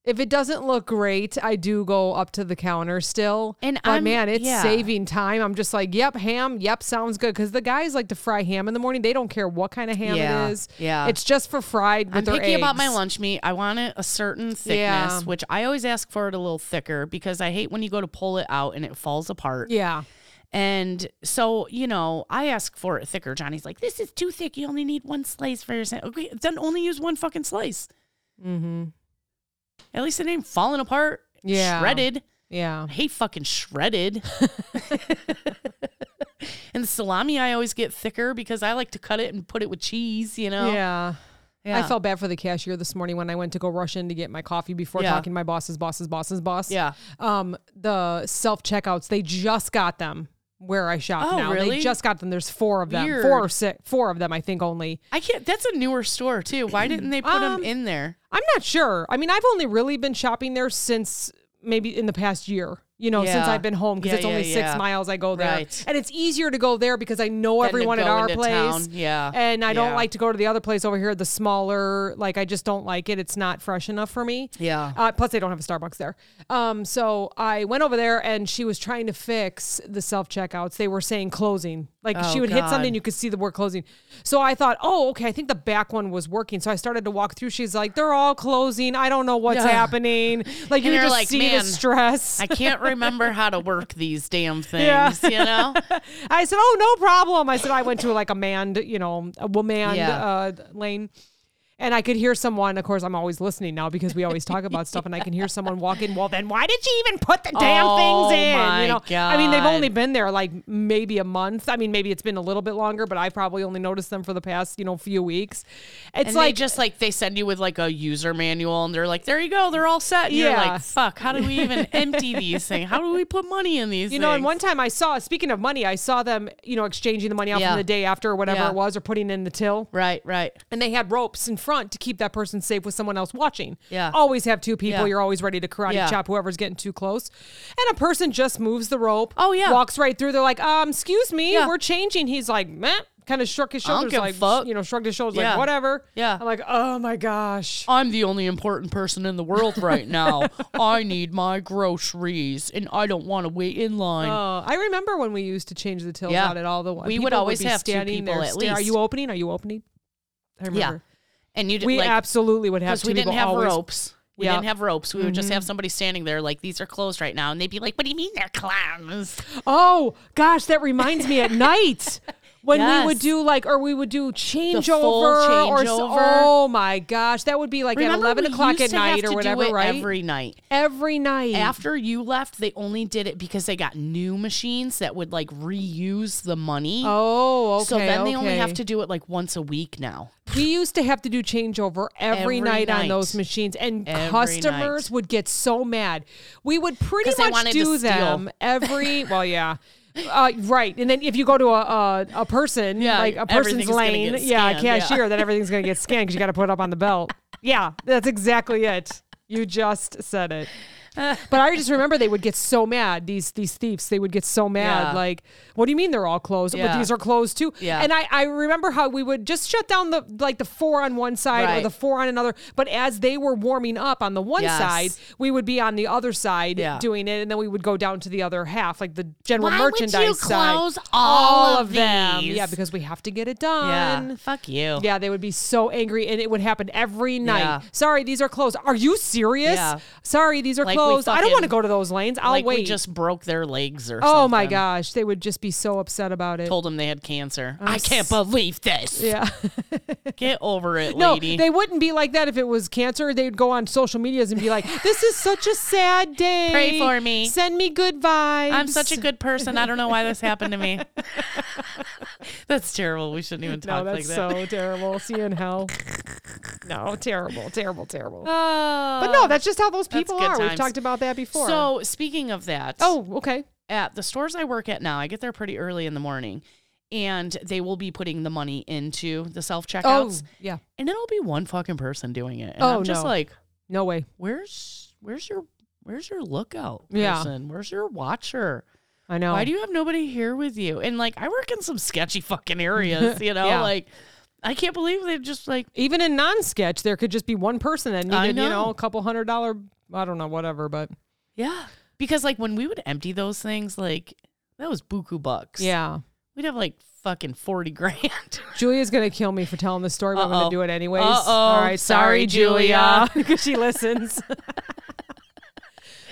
if it doesn't look great, I do go up to the counter still.
And
but
I'm-
Oh, man, it's
yeah.
saving time. I'm just like, yep, ham, yep, sounds good. Because the guys like to fry ham in the morning. They don't care what kind of ham
Yeah,
it is.
yeah.
it's just for fried. With
I'm
their
picky about my
eggs.
lunch meat. I want it a certain thickness,
Yeah.
which I always ask for it a little thicker because I hate when you go to pull it out and it falls apart.
Yeah,
And so, you know, I ask for it thicker. Johnny's like, this is too thick. You only need one slice for your sandwich. Okay, then only use one fucking slice. Mm-hmm. At least it ain't falling apart.
Yeah.
Shredded.
yeah.
I hate fucking shredded. and the salami I always get thicker because I like to cut it and put it with cheese, you know?
Yeah. I
Yeah.
felt bad for the cashier this morning when I went to go rush in to get my coffee before
Yeah.
talking to my boss's boss's boss's boss.
Yeah.
Um, the self checkouts they just got them where I shop
Oh,
now. They
really?
just got them. There's four of them, four or
Weird.
six, four of them I think only.
I can't, that's a newer store too. Why didn't they put
Um,
them in there?
I'm not sure. I mean, I've only really been shopping there since maybe in the past year. You know, since
Yeah.
I've been home because
Yeah,
it's only
yeah,
six
yeah.
miles I go there,
Right.
and it's easier to go there because I know
Than to
everyone at
go
our
into
place.
town. Yeah.
and I don't
Yeah.
like to go to the other place over here, the smaller. Like I just don't like it. It's not fresh enough for me.
Yeah.
Uh, plus, they don't have a Starbucks there. Um, so I went over there, and she was trying to fix the self checkouts. They were saying closing. Like
Oh,
she would hit
God.
something, you could see the word closing. So I thought, oh, okay. I think the back one was working. So I started to walk through. She's like, they're all closing. I don't know what's
Yeah.
happening. Like you could
And you're
just
like,
see
"Man,
the stress.
I can't remember how to work these damn things,
Yeah.
you know?
I said, "Oh, no problem." I said, "I went to like a manned, you know, a woman
Yeah.
uh, lane." And I could hear someone, of course, I'm always listening now because we always talk about stuff, and I can hear someone walk in. Well, then why did she even put the damn
Oh,
things in?
my
you know, I mean, they've
God.
only been there like maybe a month. I mean, maybe it's been a little bit longer, but I've probably only noticed them for the past, you know, few weeks. It's
And
like
they just like they send you with like a user manual and they're like, there you go, they're all set. And You're
Yeah.
like, fuck, how do we even empty these things? How do we put money in these
You know, and
things?"
one time I saw, speaking of money, I saw them, you know, exchanging the money out
Yeah.
from the day after or whatever
Yeah.
it was or putting in the till.
Right, right.
And they had ropes in front to keep that person safe with someone else watching.
Yeah.
Always have two people.
Yeah.
You're always ready to karate
Yeah.
chop whoever's getting too close. And a person just moves the rope.
Oh, yeah.
Walks right through. They're like, um, excuse me,
Yeah.
we're changing. He's like, meh. Kind of shrugged his
don't
shoulders,
give a
like
fuck.
you know, shrugged his shoulders,
Yeah.
like whatever.
Yeah.
I'm like, oh my gosh.
I'm the only important person in the world right now. I need my groceries and I don't want to wait in line.
Oh, I remember when we used to change the tills
Yeah.
out at all the one.
We would always have two people at
Are
least.
you opening? Are you opening? I remember.
and you did
We
like
absolutely would have
because
two
we didn't
people
have
always.
ropes. We
Yeah. Mm-hmm.
didn't have ropes. We would just have somebody standing there like these are closed right now and they'd be like, "What do you mean they're closed?"
Oh gosh, that reminds me at night. When we would
Yes.
do like, or we would do changeover,
full
or so,
changeover.
oh my gosh, that would be like
Remember,
at eleven
we
o'clock
used
at
to have
night
to
or
do
whatever,
it
right?
Every night.
Every night.
After you left, they only did it because they got new machines that would like reuse the money.
oh, okay.
so then they only have
okay.
to do it like once a week now.
We used to have to do changeover every,
Every
night, on
night.
those machines, and
Every
customers
night.
would get so mad. We would pretty
'Cause they
much
wanted to
do
steal.
them every. Well, yeah. Uh, right, and then if you go to a a, a person,
Yeah,
like a
everything's
person's
gonna
lane,
get
yeah, a
scanned, yeah.
cashier, then everything's gonna get scanned because you got to put it up on the belt. Yeah, that's exactly it. You just said it. But I just remember they would get so mad. These these thieves, they would get so mad.
Yeah.
Like, what do you mean they're all closed? But
Yeah.
these are closed too.
Yeah.
And I, I remember how we would just shut down the like the four on one side or
Right.
the four on another. But as they were warming up on the one
Yes.
side, we would be on the other side
Yeah.
doing it, and then we would go down to the other half, like the general
Why would you
merchandise side.
close all of these?
Yeah, because we have to get it done.
Fuck you.
Yeah, they would be so angry, and it would happen every night.
Yeah.
Sorry, these are closed. Are you serious?
Yeah.
Sorry, these are
Like we
closed. I don't
fucking-
want to go to those lanes. I'll
like
wait.
we just broke their legs or
oh my
something.
gosh, they would just be so upset about it.
Told them they had cancer. I can't believe this.
yeah.
Get over it,
No,
lady.
they wouldn't be like that if it was cancer. They'd go on social medias and be like, "This is such a sad day.
Pray for me.
Send me good vibes.
I'm such a good person. I don't know why this happened to me. that's terrible. We shouldn't even
No,
talk like
that's
that.
so terrible. See you in hell. No, terrible, terrible, terrible.
Oh.
but no, that's just how those people
good
are. We've
times.
talked about that before.
So speaking of that,
oh, okay.
at the stores I work at now, I get there pretty early in the morning, and they will be putting the money into the self
Oh,
checkouts,
yeah.
and it'll be one fucking person doing it. And
Oh,
I'm just
no.
like,
No way.
where's where's your where's your lookout
Yeah. Oh.
person? Where's your watcher?
I know.
Why do you have nobody here with you? And like, I work in some sketchy fucking areas, you know,
Yeah.
like. I can't believe they just like
Even in non-sketch, there could just be one person that
I
needed, you know,
know.
a couple hundred dollar. I don't know, whatever. But
yeah because like when we would empty those things like that was buku bucks
yeah.
we'd have like fucking forty grand
Julia's gonna kill me for telling this story, but I'm gonna
Uh-oh.
do it anyways.
Uh-oh.
All right, sorry,
Sorry,
Julia,
Julia.
because she listens.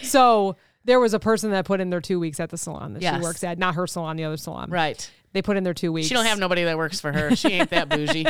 so there was a person that put in their two weeks at the salon that she
Yes.
works at, not her salon, the other salon.
right
They put in their two weeks.
She don't have nobody that works for her. She ain't that bougie.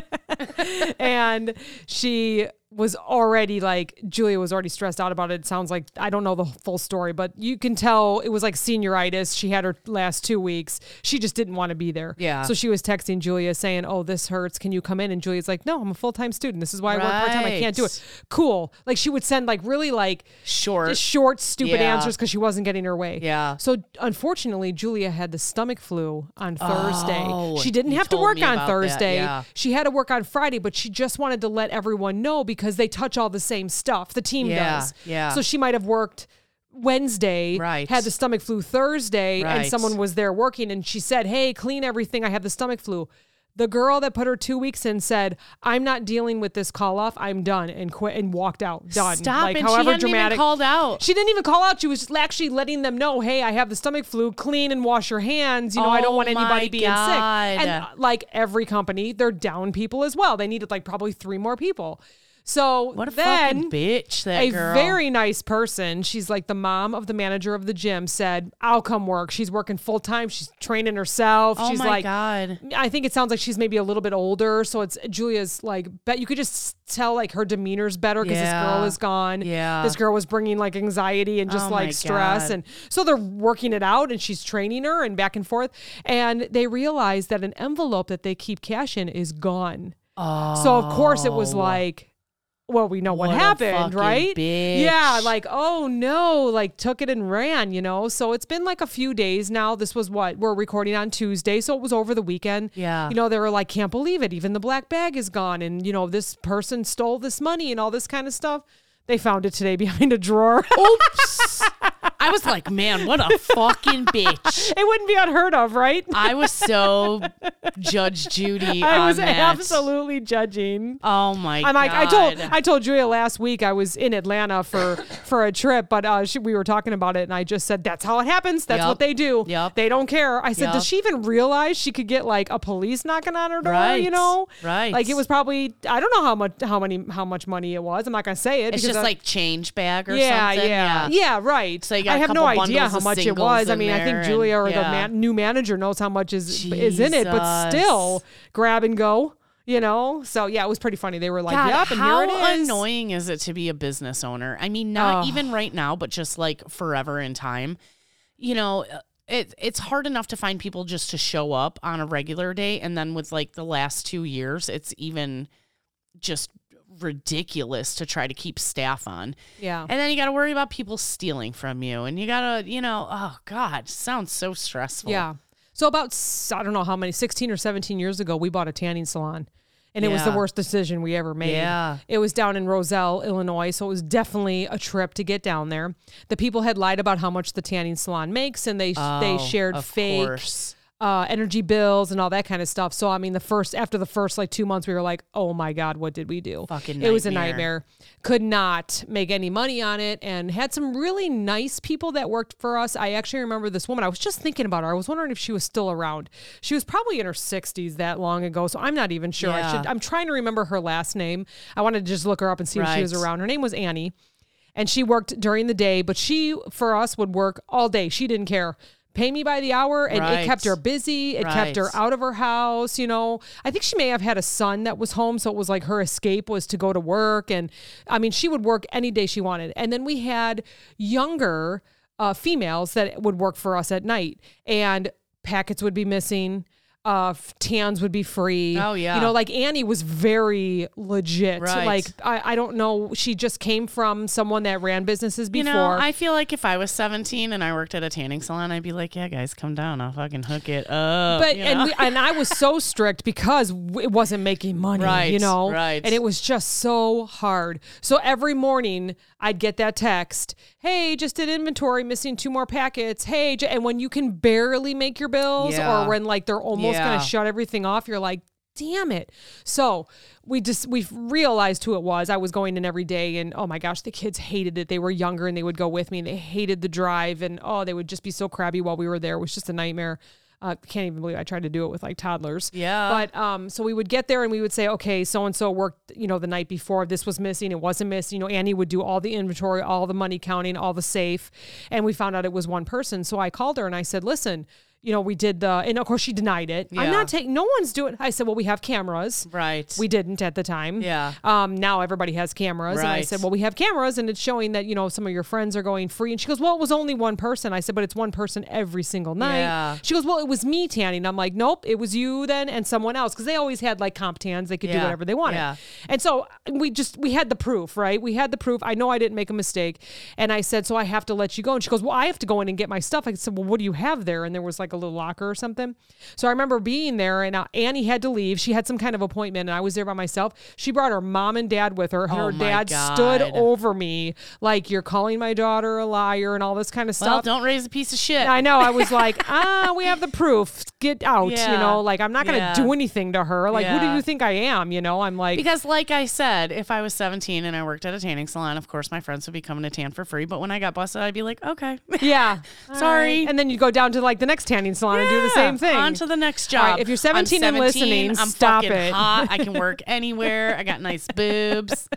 and she was already like Julia was already stressed out about it. It sounds like I don't know the full story, but you can tell it was like senioritis. She had her last two weeks. She just didn't want to be there.
Yeah.
So she was texting Julia saying, "Oh, this hurts. Can you come in?" And Julia's like, "No, I'm a full time student. This is why I work part time. I can't do it." Cool. Like she would send like really like
Short.
just short, stupid
Yeah.
answers because she wasn't getting her way.
Yeah.
So unfortunately, Julia had the stomach flu on Thursday.
Oh,
she didn't
you
have to
told
work
me
on
about that,
Thursday.
yeah.
She had to work on Friday, but she just wanted to let everyone know because they touch all the same stuff. The team
Yeah,
does.
yeah.
So she might have worked Wednesday,
Right.
had the stomach flu Thursday, and
Right.
someone was there working and she said, Hey, clean everything. I have the stomach flu. The girl that put her two weeks in said, I'm not dealing with this call off. I'm done and quit and walked out. Done.
Stop.
Like,
and she
however
hadn't
dramatic.
even called out.
She didn't even call out. She was just actually letting them know, "Hey, I have the stomach flu. Clean and wash your hands. You know, I don't
Oh
want anybody
my
being sick." And
God.
uh, like every company, they're down people as well. They needed like probably three more people. So
What a
then
fucking bitch that
a
girl.
very nice person. She's like the mom of the manager of the gym said, I'll come work. She's working full time. She's training herself.
oh
she's
my
like,
god.
I think it sounds like she's maybe a little bit older. So it's Julia's like, but you could just tell like her demeanor's better because this
Yeah.
girl is gone.
Yeah.
This girl was bringing like anxiety and just
Oh my
like stress.
God.
And so they're working it out and she's training her and back and forth. And they realize that an envelope that they keep cash in is gone.
Oh.
So of course it was like, well, we know what,
What a
happened,
fucking
right?
bitch.
Yeah, like oh no, like took it and ran, you know. So it's been like a few days now. This was what we're recording on Tuesday, so it was over the weekend.
Yeah.
you know they were like, can't believe it. Even the black bag is gone, and you know this person stole this money and all this kind of stuff. They found it today behind a drawer.
Oops. I was like, man, what a fucking bitch.
it wouldn't be unheard of, right?
I was so Judge Judy.
I
on
was
that.
absolutely judging.
Oh my
I'm
god.
like, I told I told Julia last week I was in Atlanta for for a trip, but uh, she, we were talking about it, and I just said that's how it happens. That's
Yup.
what they do.
Yup.
They don't care. I said,
Yup.
does she even realize she could get like a police knocking on her door? You
Right.
know,
Right.
Like it was probably I don't know how much how many how much money it was. I'm not gonna say it.
It's
because
just
I-
like change bag or
yeah,
something.
yeah, yeah, right.
So you got
I
a
have no
couple
idea
bundles
how
of
much it
singles
was. I
in
mean, I
there
think
and-
Julia or
yeah.
the man, new manager knows how much is is in it, but still, grab and go. You know, so yeah, it was pretty funny. They were like,
God,
"Yep, and
how
here it is."
annoying is it to be a business owner? I mean, not
Ugh.
even right now, but just like forever in time. You know, uh, it it's hard enough to find people just to show up on a regular day, and then with like the last two years, it's even just ridiculous to try to keep staff on.
Yeah.
And then you got to worry about people stealing from you, and you got to, you know, oh God, sounds so stressful.
Yeah. So about s- I don't know how many 16 or 17 years ago we bought a tanning salon. And it was the
Yeah.
worst decision we ever made.
Yeah.
It was down in Roselle, Illinois, so it was definitely a trip to get down there. The people had lied about how much the tanning salon makes and they they
Oh,
shared
of
fake
course.
uh, energy bills and all that kind of stuff. So I mean, the first after the first like two months, we were like, "Oh my god, what did we do?"
Fucking
it was a
nightmare.
nightmare. Could not make any money on it, and had some really nice people that worked for us. I actually remember this woman. I was just thinking about her. I was wondering if she was still around. She was probably in her sixties that long ago, so I'm not even sure. I
Yeah.
should. I'm trying to remember her last name. I wanted to just look her up and see if she was
Right.
around. Her name was Annie and she worked during the day, but she for us would work all day. She didn't care. Pay me by the hour, and it
Right.
kept her busy. It kept her
Right.
out of her house. You know, I think she may have had a son that was home, so it was like her escape was to go to work. And I mean, she would work any day she wanted. And then we had younger uh, females that would work for us at night, and packets would be missing. Uh, f- tans would be free.
Oh, yeah.
you know, like Annie was very legit.
Right.
Like I, I don't know. She just came from someone that ran businesses
You
before.
know, I feel like if I was 17 and I worked at a tanning salon, I'd be like, yeah, guys, come down. I'll fucking hook it up.
but
you
and
know?
we, and I was so strict because w- it wasn't making money,
Right,
you know,
right.
And it was just so hard. So every morning I'd get that text, "Hey, just did inventory, missing two more packets." Hey, j-, and when you can barely make your bills,
Yeah.
or when like they're almost
Yeah.
gonna shut everything off, you're like. Damn it. So we just, we realized who it was. I was going in every day and oh my gosh, the kids hated it. They were younger and they would go with me and they hated the drive and oh, they would just be so crabby while we were there. It was just a nightmare. I can't even believe I tried to do it with like toddlers.
Yeah.
But um, so we would get there and we would say, okay, so and so worked, you know, the night before. This was missing. It wasn't missing. You know, Annie would do all the inventory, all the money counting, all the safe, and we found out it was one person. So I called her and I said, listen, you know, we did the, and of course she denied it. I'm
Yeah.
not taking. No one's doing. I said, well, we have cameras.
right.
We didn't at the time.
Yeah.
Um, now everybody has cameras. And I
Right.
said, Well, we have cameras and it's showing that, you know, some of your friends are going free. And she goes, Well, it was only one person. I said, But it's one person every single night.
Yeah.
She goes, Well, it was me tanning. I'm like, Nope, it was you then and someone else. Because they always had like comp tans. They could do
Yeah.
whatever they wanted.
Yeah.
And so uh, we just we had the proof, right? We had the proof. I know I didn't make a mistake. And I said, So I have to let you go. And she goes, Well, I have to go in and get my stuff. I said, Well, what do you have there? And there was like a little locker or something. So I remember being there and uh, Annie had to leave. She had some kind of appointment and I was there by myself. She brought her mom and dad with her. Her
Oh my
dad stood
God.
over me like you're calling my daughter a liar and all this kind of
well,
stuff.
don't raise a piece of shit.
I know. I was like, ah, we have the proof. Get out. You
Yeah.
know, like I'm not gonna
Yeah.
do anything to her. Like, who do
Yeah.
you think I am? You know, I'm like,
because, like I said, if I was 17 and I worked at a tanning salon, of course my friends would be coming to tan for free. But when I got busted, I'd be like, okay.
Yeah.
Sorry.
And then you go down to like the next tanning salon and do the same thing.
On to the next
All
job.
right, if you're 17
I'm
and listening,
I'm
stop
fucking
it.
hot. I can work anywhere. I got nice boobs.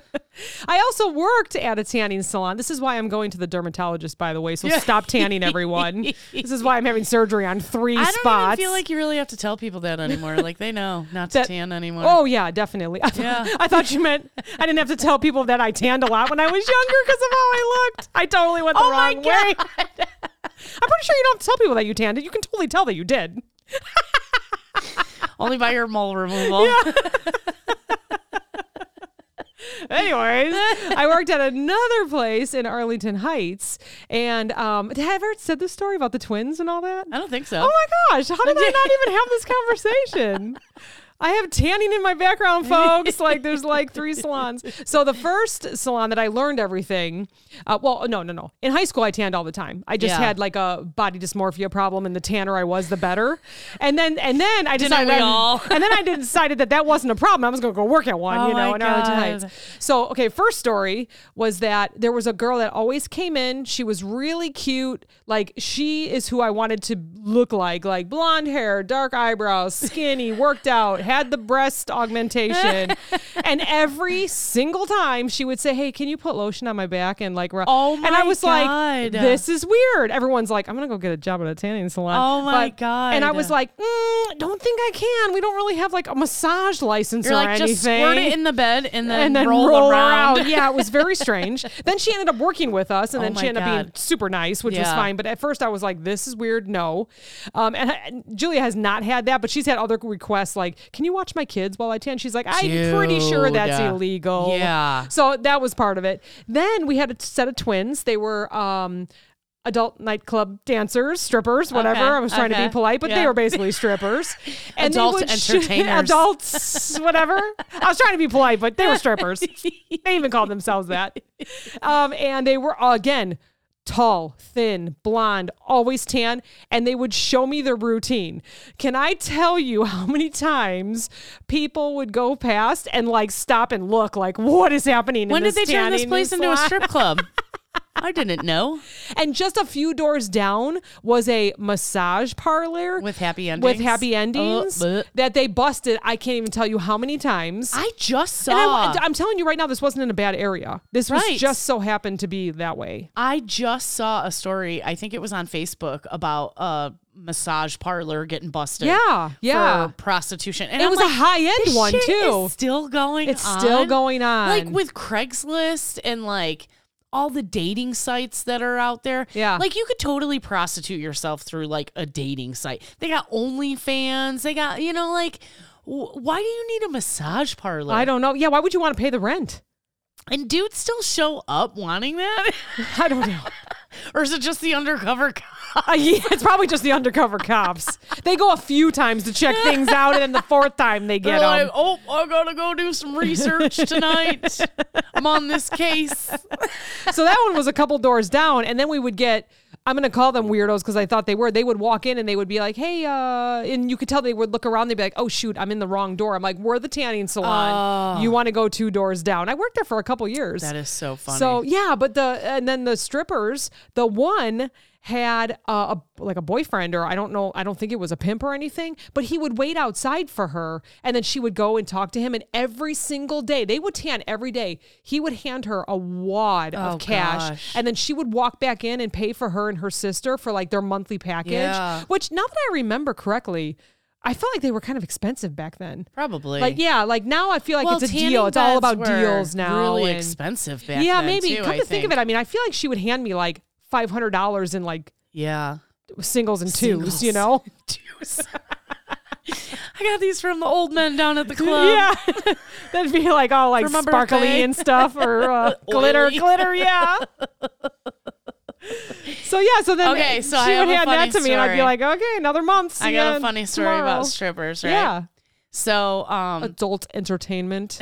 I also worked at a tanning salon. This is why I'm going to the dermatologist, by the way. So
Yeah.
stop tanning, everyone. this is why I'm having surgery on three
I don't
spots.
even feel like you really have to tell people that anymore. Like they know not to
That-
tan anymore.
Oh yeah, definitely. I,
Yeah.
I thought you meant I didn't have to tell people that I tanned a lot when I was younger because of how I looked. I totally went the
Oh my
wrong way. I'm pretty sure you don't have to tell people that you tanned it. You can totally tell that you did.
Only by your mole removal.
Anyways, I worked at another place in Arlington Heights, and um, have I ever said this story about the twins and all that?
I don't think so.
Oh my gosh, how did I not even have this conversation? I have tanning in my background, folks. Like, there's like three salons. So, the first salon that I learned everything, uh, well, no, no, no. In high school, I tanned all the time. I just
Yeah.
had like a body dysmorphia problem, and the tanner I was, the better. And then, and then I decided,
we
I'm-
all?
and then I decided that that wasn't a problem. I was going to go work at one,
Oh
you know,
my
in Arlington
God.
Heights. So, okay, first story was that there was a girl that always came in. She was really cute. Like, she is who I wanted to look like like blonde hair, dark eyebrows, skinny, worked out, had the breast augmentation. and every single time she would say, Hey, can you put lotion on my back? And like, ru-
Oh
and I
my
was like,
God.
This is weird. Everyone's like, I'm going to go get a job at a tanning salon.
Oh my
And I
God.
was like, mm, Don't think I can. We don't really have like a massage license
You're
or
like
anything
just squirt it in the bed and then, roll,
her
around.
out. Yeah, it was very strange. then she ended up working with us, and
Oh
then
my
she ended up being
God.
super nice, which was
Yeah.
fine. But at first, I was like, "This is weird." No, um, and, I, and Julia has not had that, but she's had other requests like, "Can you watch my kids while I tan?" She's like, "I'm pretty sure that's
Dude.
illegal."
Yeah.
So that was part of it. Then we had a set of twins. They were. Um, Adult nightclub dancers, strippers, whatever.
Okay,
I was trying to
okay,
be polite, but
yeah.
they were basically strippers. And they
Adult
would sh-
entertainers.
adult adults, whatever. I was trying to be polite, but they were strippers. they even called themselves that. Um, and they were uh, again tall, thin, blonde, always tan, and they would show me their routine. Can I tell you how many times people would go past and like stop and look like what is happening?
When
in
did
this
they turn this
tanning
place into a
salon?
strip club? I didn't know.
And just a few doors down was a massage parlor
With happy endings? Uh,
With happy endings
bleh. Ah.
that they busted. I can't even tell you how many times.
I just
And
saw.
I, am telling you right now, this wasn't in a bad area. This
Right.
was just so happened to be that way.
I just saw a story. I think it was on Facebook about a massage parlor getting busted.
Yeah, yeah.
For prostitution. And
It
I'm
was a
like,
high-end
this
one,
shit
too.
Is still going.
It's still going on.
Like with Craigslist and like all the dating sites that are out there.
Yeah.
Like you could totally prostitute yourself through like a dating site. They got OnlyFans. They got you know like. wh- Why do you need a massage parlor?
I don't know. Yeah, why would you want to pay the rent?
And dudes still show up wanting that?
I don't know.
or is it just the undercover cop?
Uh, yeah, it's probably just the undercover cops. They go a few times to check things out, and then the fourth time they
They're
get
like,
them.
oh, I gotta go do some research tonight. I'm on this case.
So that one was a couple doors down, and then we would get. I'm gonna call them weirdos because I thought they were. They would walk in and they would be like, "Hey," uh, and you could tell they would look around. They'd be like, "Oh shoot, I'm in the wrong door." I'm like, "We're the tanning salon. You want to go two doors down?" I worked there for a couple years.
Oh. That is so funny.
So yeah, but the and then the strippers, the one had uh, a like a boyfriend or I don't know, I don't think it was a pimp or anything, but he would wait outside for her and then she would go and talk to him and every single day, they would tan every day. He would hand her a wad
Oh,
of cash
gosh.
and then she would walk back in and pay for her and her sister for like their monthly package,
Yeah.
which now that I remember correctly, I felt like they were kind of expensive back then.
Probably.
Like yeah, like now I feel like
Well,
it's a
tanning
deal. It's all
beds
about
were
deals now.
Really
and-
expensive back
yeah,
then,
maybe.
too,
Come
I
to think of it, I mean, I feel like she would hand me like five hundred dollars in like
Yeah.
singles and twos,
Singles.
you know?
Juice. I got these from the old men down at the club.
yeah, that'd be like all like
For my
sparkly
birthday.
and stuff or uh, glitter,
Oily.
glitter. Yeah. so yeah, so then
Okay, so
she
I have
would
a
hand
funny
that to me, and I'd be
story.
like, okay, another month.
I
see
got
ya
a funny story
tomorrow."
about strippers, right?
Yeah,
So, um,
adult entertainment.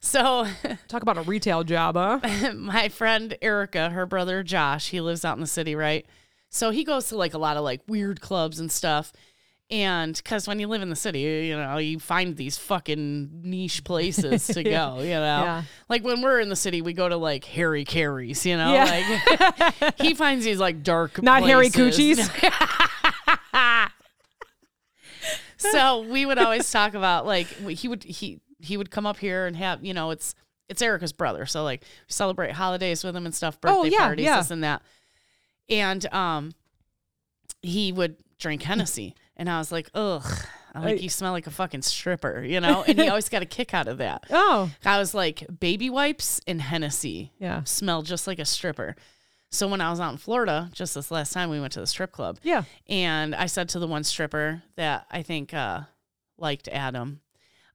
so
Talk about a retail job, huh?
my friend Erica, her brother Josh, he lives out in the city, right? So he goes to like a lot of like weird clubs and stuff. And because when you live in the city, you know, you find these fucking niche places to go, you know.
Yeah.
Like when we're in the city, we go to like Harry Carey's, you know,
Yeah.
like he finds these like dark
Not Harry
places.
Coochies.
so we would always talk about like we- he would he he would come up here and have you know it's it's Erica's brother so like we celebrate holidays with him and stuff birthday
Oh, yeah,
parties
yeah.
this and that and um he would drink Hennessy and I was like ugh I'm like
I-
you smell like a fucking stripper you know and he always got a kick out of that
Oh,
I was like, baby wipes and Hennessy
Yeah.
smell just like a stripper. So when I was out in Florida, just this last time, we went to the strip club.
Yeah.
And I said to the one stripper that I think uh, liked Adam,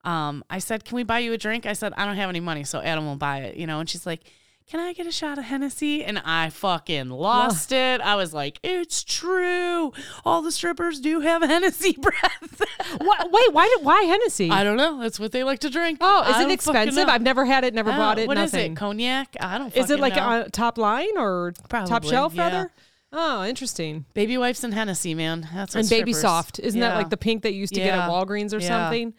um, I said, Can we buy you a drink? I said, I don't have any money, so Adam will buy it, you know? And she's like, Can I get a shot of Hennessy? And I fucking lost it. I was like, It's true. All the strippers do have Hennessy breath.
Wha- wait, why did why Hennessy?
I don't know. That's what they like to drink.
oh,
I
is it
don't fucking
expensive?
know.
I've never had it. Never
Oh,
bought it.
what is
nothing.
it? Cognac? I don't.
Is it
fucking
like
know.
uh, top line or top
Probably,
shelf
yeah.
rather? Oh, interesting.
baby wipes and Hennessy, man? That's what
and baby
strippers-
soft, isn't that
Yeah.
like the pink that you used to get at
Yeah.
Walgreens or
Yeah.
something?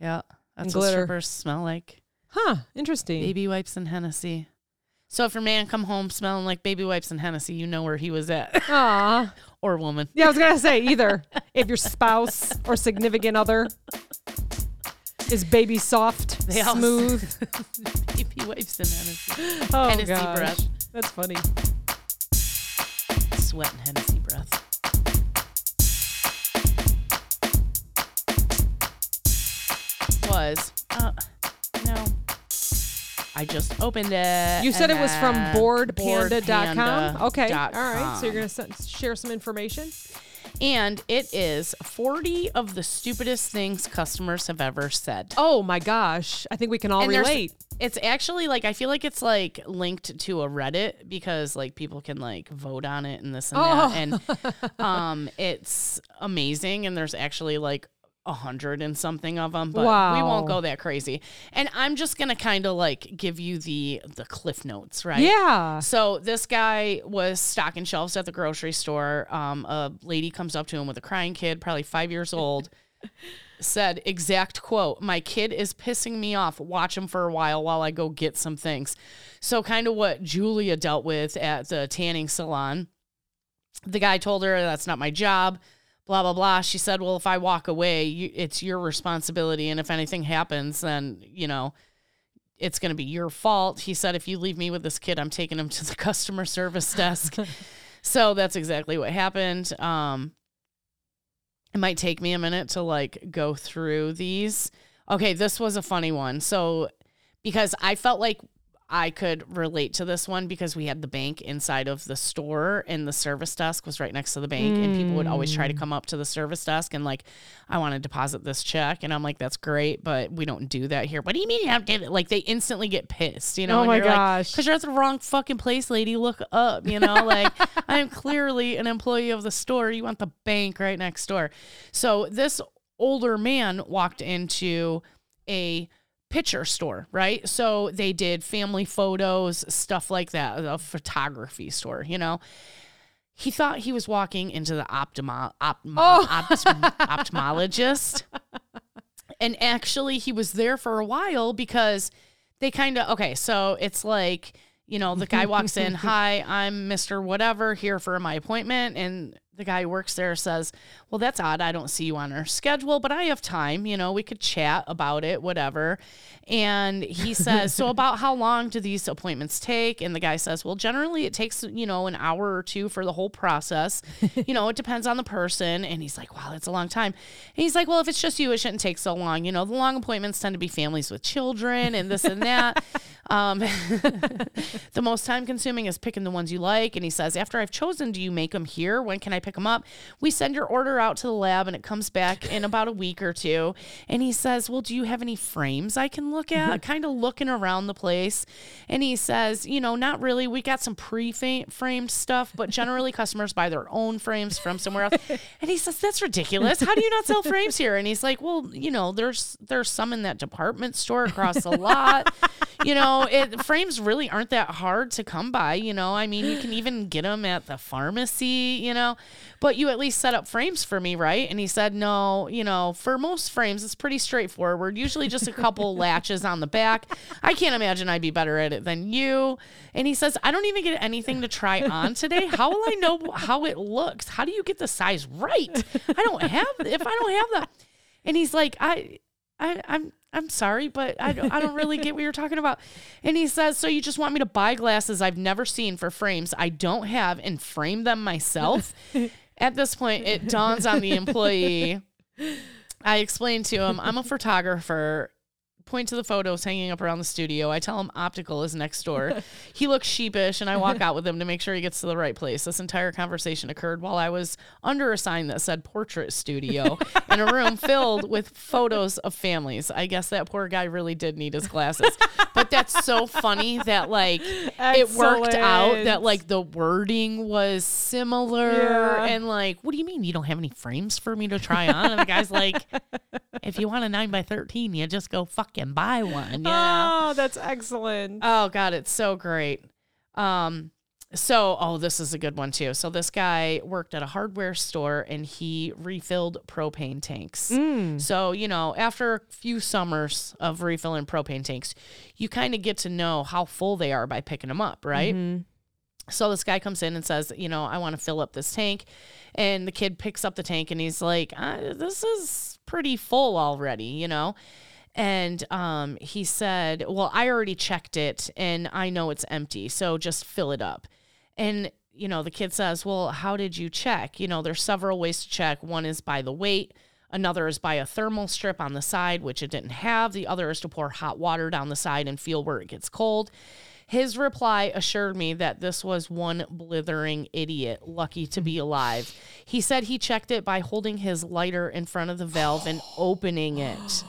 yeah?
and
That's what
glitter?
strippers smell like.
Huh? Interesting.
Baby wipes and Hennessy. So if your man come home smelling like baby wipes and Hennessy, you know where he was at,
Aw.
or woman.
Yeah, I was gonna say either if your spouse or significant other is baby soft,
They all-
smooth.
Baby wipes and Hennessy,
Oh
Hennessy
gosh.
breath.
That's funny.
sweat and Hennessy breath. Was uh, no. I just opened it.
You said it
and
was from
then
boardpanda.com. Okay.
dot
All right. So you're
com.
going to share some information?
And it is 40 of the stupidest things customers have ever said.
Oh my gosh. I think we can all
And there's-
relate.
It's actually like I feel like it's like linked to a Reddit because like people can like vote on it and this and
Oh.
that. And um it's amazing and there's actually like a hundred and something of them, but we won't
Wow.
go that crazy. And I'm just gonna kind of like give you the the cliff notes, right?
Yeah.
So this guy was stocking shelves at the grocery store. Um, a lady comes up to him with a crying kid, probably five years old. said exact quote my kid is pissing me off watch him for a while while i go get some things so kind of what julia dealt with at the tanning salon the guy told her that's not my job blah blah blah she said well if i walk away you, it's your responsibility and if anything happens then you know it's going to be your fault he said if you leave me with this kid i'm taking him to the customer service desk so that's exactly what happened um it might take me a minute to like go through these okay this was a funny one so because i felt like I could relate to this one because we had the bank inside of the store and the service desk was right next to the bank and people would always
Mm.
try to come up to the service desk and like I want to deposit this check and I'm like that's great but we don't do that here. What do you mean you don't do that? Like they instantly get pissed, you know?
Oh
and
my
you're like,
gosh.
Cuz you're at the wrong fucking place, lady. Look up, you know? like I am clearly an employee of the store. You want the bank right next door. So this older man walked into a picture store, right? So they did family photos, stuff like that, a photography store, you know. He thought he was walking into the optimo- optimo-
Oh.
opt- ophthalmologist. And actually, he was there for a while because they kind of, okay, so it's like, you know, the guy walks in, hi, I'm Mr. Whatever here for my appointment. And the guy who works there says, well, that's odd. I don't see you on our schedule, but I have time. You know, we could chat about it, whatever. And he says, so about how long do these appointments take? And the guy says, well, generally it takes, you know, an hour or two for the whole process. You know, it depends on the person. And he's like, wow, that's a long time. And he's like, well, if it's just you, it shouldn't take so long. You know, the long appointments tend to be families with children and this and that. um, the most time consuming is picking the ones you like. And he says, after I've chosen, do you make them here? When can I pick them up? We send your order out to the lab and it comes back in about a week or two. And he says, well, do you have any frames I can look at? kind of looking around the place. And he says, you know, not really. We got some pre framed stuff, but generally customers buy their own frames from somewhere else. and he says, that's ridiculous. How do you not sell frames here? And he's like, well, you know, there's, there's some in that department store across the lot you know, it, frames really aren't that hard to come by. You know, I mean, you can even get them at the pharmacy. You know, but you at least set up frames for me, right? And he said, no, you know, for most frames, it's pretty straightforward. Usually just a couple latches on the back. I can't imagine I'd be better at it than you. And he says, I don't even get anything to try on today. How will I know how it looks? How do you get the size right? I don't have, if I don't have that. And he's like, I, I, I'm, I'm sorry, but I don't, I don't really get what you're talking about. And he says, So you just want me to buy glasses I've never seen for frames I don't have and frame them myself? At this point, it dawns on the employee. I explained to him, I'm a photographer. Point to the photos hanging up around the studio. I tell him optical is next door. He looks sheepish, and I walk out with him to make sure he gets to the right place. This entire conversation occurred while I was under a sign that said portrait studio in a room filled with photos of families. I guess that poor guy really did need his glasses. But that's so funny that, like, it worked out that,
Excellent.
like, the wording was similar.
Yeah.
And, like, what do you mean you don't have any frames for me to try on? And the guy's like, if you want a nine by thirteen, you just go fucking buy one. Yeah.
Oh, that's excellent.
oh god, it's so great. Um, so oh, this is a good one too. So this guy worked at a hardware store and he refilled propane tanks. So you know, after a few summers of refilling propane tanks, you kind of get to know how full they are by picking them up, right? So this guy comes in and says, you know, I want to fill up this tank. And the kid picks up the tank and he's like, uh, this is pretty full already, you know? And um, he said, well, I already checked it and I know it's empty. So just fill it up. And, you know, the kid says, well, how did you check? You know, there's several ways to check. One is by the weight. Another is by a thermal strip on the side, which it didn't have. The other is to pour hot water down the side and feel where it gets cold. His reply assured me that this was one blithering idiot lucky to be alive. He said he checked it by holding his lighter in front of the valve and opening it.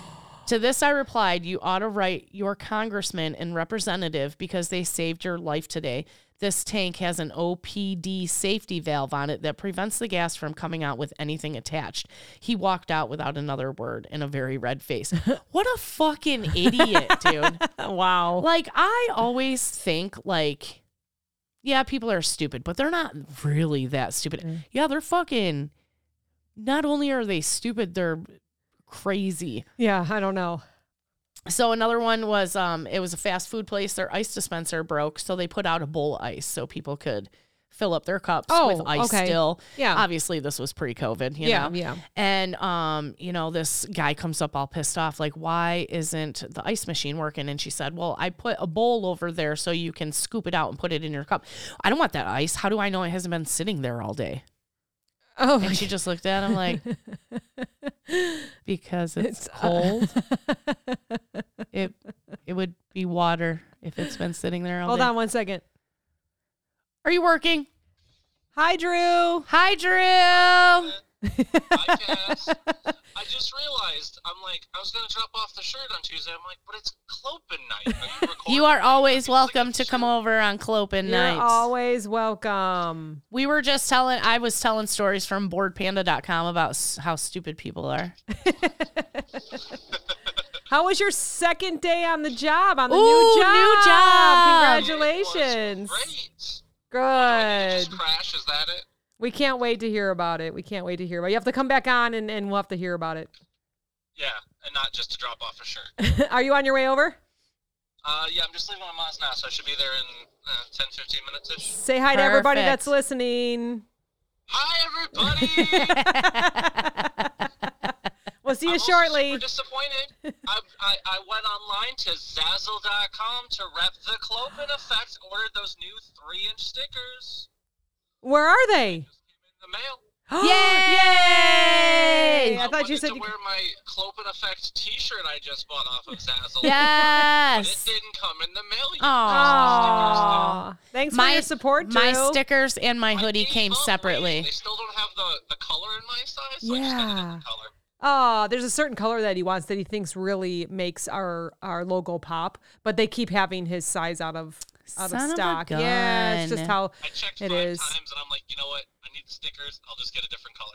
To this, I replied, You ought to write your congressman and representative because they saved your life today. This tank has an OPD safety valve on it that prevents the gas from coming out with anything attached. He walked out without another word and a very red face. what a fucking idiot, dude.
wow.
Like I always think like yeah, people are stupid, but they're not really that stupid. Yeah, they're fucking not only are they stupid, they're crazy.
Yeah, I don't know.
So another one was um it was a fast food place, their ice dispenser broke, so they put out a bowl of ice so people could fill up their cups with
Oh,
ice
okay.
still.
Yeah.
Obviously this was pre-COVID, you
yeah,
know.
yeah.
And um, you know, this guy comes up all pissed off, like, why isn't the ice machine working? And she said, Well, I put a bowl over there so you can scoop it out and put it in your cup. I don't want that ice. How do I know it hasn't been sitting there all day?
Oh,
And she just looked at him like, Because it's, cold. it it would be water if it's been sitting there all
hold
day.
on one second.
Are you working?
Hi, Drew.
Hi, Drew.
I guess. I just realized. I'm like, I was gonna drop off the shirt on Tuesday. I'm like, but it's Clopen night. Are you, recording?
You are always
Like, it's
welcome to come over on Clopen nights.
You're always welcome.
We were just telling, I was telling stories from boardpanda.com about s- how stupid people are.
How was your second day on the job? On the
Ooh,
new
new
job.
job.
It was
Congratulations.
Great. It
Good.
just crash. Is that it?
We can't wait to hear about it. We can't wait to hear about it. You have to come back on and, and we'll have to hear about it.
Yeah, and not just to drop off a shirt.
Are you on your way over?
Uh, yeah, I'm just leaving my mom's now, so I should be there in uh, 10, 15 minutes ish.
Say hi to everybody that's
Perfect.
listening.
Hi, everybody.
We'll see you
I'm also
shortly.
Super disappointed. I, I, I went online to Zazzle.com to rep the Clopen effect. Ordered those new three-inch stickers.
Where are they?
in the mail.
Oh, Yay! I thought
wanted
you said
to
you-
wear my Clopen Effect T-shirt I just bought off of Zazzle. But it
Yes.
didn't come in the mail. yet.
Aww.
Aw. Thanks for
My
your support, Drew.
My stickers and my
I
hoodie
gave
came
up waiting.
separately.
They still don't have the, the color in my size. So I just got a
Yeah.
different color.
Oh, there's a certain color that he wants that he thinks really makes our our logo pop, but they keep having his size out of out
Son
of
of a
stock. Yeah, it's just
gun.
how
I checked
It
five
is.
times and I'm like, you know what? I need the stickers. I'll just get a different color.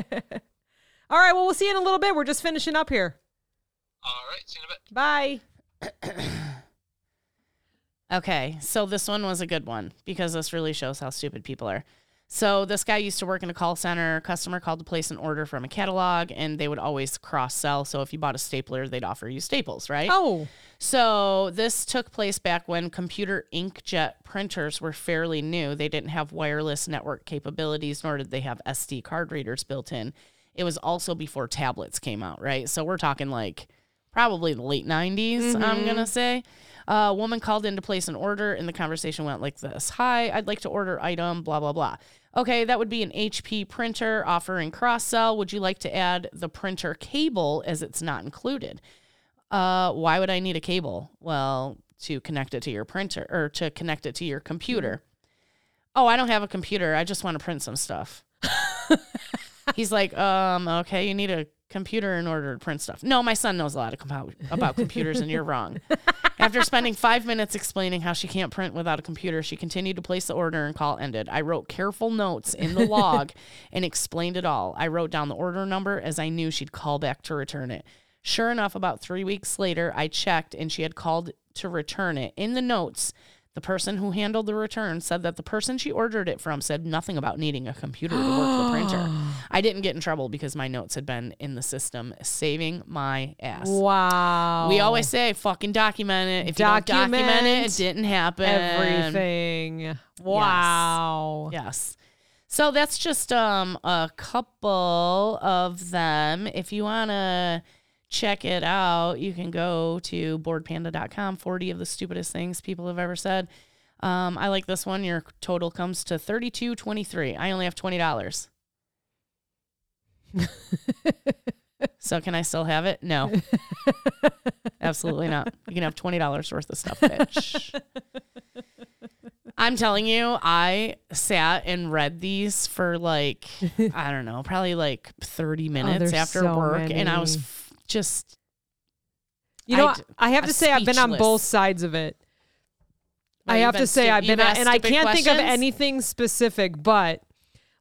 All right, well we'll see you in a little bit. We're just finishing up here.
All right. See you in a bit.
Bye.
Okay, so this one was a good one because this really shows how stupid people are. So this guy used to work in a call center. Customer called to place an order from a catalog, and they would always cross sell. So if you bought a stapler, they'd offer you staples, right?
Oh,
So this took place back when computer inkjet printers were fairly new. They didn't have wireless network capabilities, nor did they have SD card readers built in. It was also before tablets came out, right? So we're talking like probably the late 90s, I'm going to say. A woman called in to place an order, and the conversation went like this Hi, I'd like to order item, blah, blah, blah. Okay, that would be an HP printer offering cross sell. Would you like to add the printer cable as it's not included? uh, why would I need a cable? Well, to connect it to your printer or to connect it to your computer. Oh, I don't have a computer. I just want to print some stuff. He's like, um, okay, you need a computer in order to print stuff. No, my son knows a lot of com- about computers, and you're wrong. After spending five minutes explaining how she can't print without a computer, she continued to place the order and call ended. I wrote careful notes in the log and explained it all. I wrote down the order number as I knew she'd call back to return it. Sure enough, about three weeks later, I checked and she had called to return it. In the notes, the person who handled the return said that the person she ordered it from said nothing about needing a computer to work the printer. I didn't get in trouble because my notes had been in the system, saving my ass.
wow.
We always say, fucking document it. If you don't document it,
Oh. Document
it didn't happen.
everything. Wow.
Yes. So that's just um a couple of them. If you wanna check it out, you can go to boardpanda.com. Forty of the stupidest things people have ever said. Um, I like this one. Your total comes to thirty two twenty three. I only have twenty dollars. so can I still have it? No. Absolutely not. You can have twenty dollars worth of stuff, bitch. I'm telling you, I sat and read these for like I don't know, probably like 30 minutes
Oh, there's
after
so
work, and I was
many.
f- just
You know,
I
I,
d-
have to
I'm
say I've been on
speechless.
both sides of it.
Well,
I
you've
have
been
to say
stu-
I've been,
you've
on-
asked
and I
stupid
can't think of
questions?
anything specific, but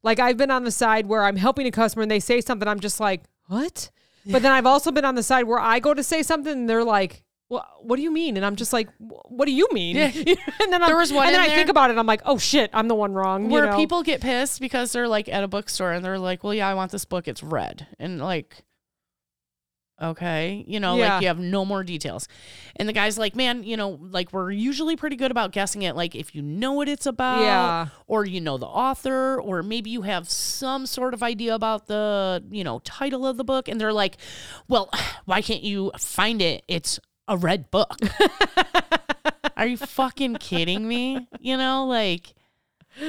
like I've been on the side where I'm helping a customer and they say something, I'm just like, what? But then I've also been on the side where I go to say something and they're like, well, what do you mean? And I'm just like, "Wh- what do you mean? and then, I'm,
There was one
and then
in
I
there-
think about it. I'm like, oh shit, I'm the one wrong. you
where
know?
people get pissed because they're like at a bookstore and they're like, "Well, yeah, I want this book. It's red," and like, okay, you know,
Yeah.
like you have no more details. And the guy's like, "Man, you know, like we're usually pretty good about guessing it. Like if you know what it's about,
Yeah.
or you know the author, or maybe you have some sort of idea about the you know title of the book." And they're like, "Well, why can't you find it? It's a red book." Are you fucking kidding me? You know, like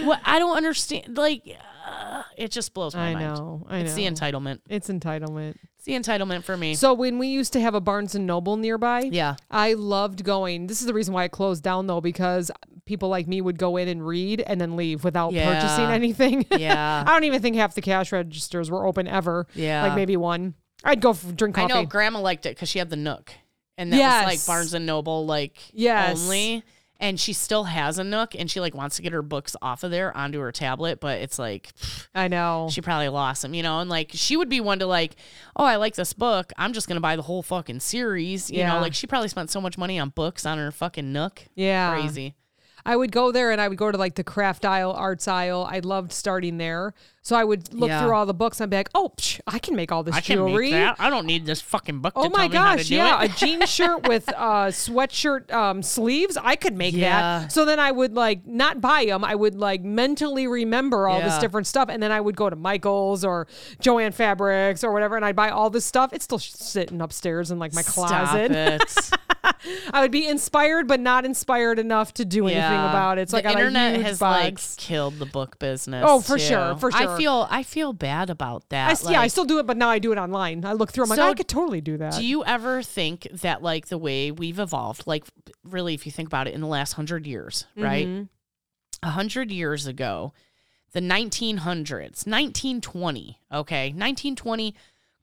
what I don't understand. Like uh, it just blows my
I
mind.
know, I know.
It's the entitlement.
It's entitlement.
It's the entitlement for me.
So when we used to have a Barnes and Noble nearby,
yeah.
I loved going. This is the reason why it closed down though, because people like me would go in and read and then leave without
Yeah.
purchasing anything.
Yeah.
I don't even think half the cash registers were open ever.
Yeah.
Like maybe one. I'd go for, drink
I
coffee.
know grandma liked it because she had the nook. And that was like
Yes.
Barnes and Noble, like
Yes.
only. And she still has a nook and she like wants to get her books off of there onto her tablet, but it's like
I know.
she probably lost them, you know, and like she would be one to like, oh, I like this book. I'm just gonna buy the whole fucking series. You know,
Yeah.
like she probably spent so much money on books on her fucking nook.
yeah.
Crazy.
I would go there and I would go to like the craft aisle, arts aisle. I loved starting there. So I would look
Yeah.
through all the books and I'd be like, oh, psh, I can make all this
I can
jewelry.
make that. I don't need this fucking book
Oh
to
my
tell me how to
gosh,
do
yeah,
it.
a jean shirt with uh, sweatshirt um, sleeves. I could make
Yeah.
that. So then I would like not buy them. I would like mentally remember all this
Yeah.
different stuff, and then I would go to Michaels or Joanne Fabrics or whatever, and I'd buy all this stuff. It's still sitting upstairs in like my closet.
Stop
I would be inspired, but not inspired enough to do
it.
anything
Yeah.
about it. It's
the
like I got a
internet
huge
has
box.
like killed the book business.
Oh, for
too.
sure, for
I
sure.
feel I feel bad about that.
I s- yeah, I
like,
still do it, but now I do it online. I look through. I'm like,
So
I could totally do that.
Do you ever think that like the way we've evolved, like really if you think about it in the last hundred years,
Mm-hmm.
right? A hundred years ago, the nineteen hundreds, nineteen twenty, okay, nineteen twenty,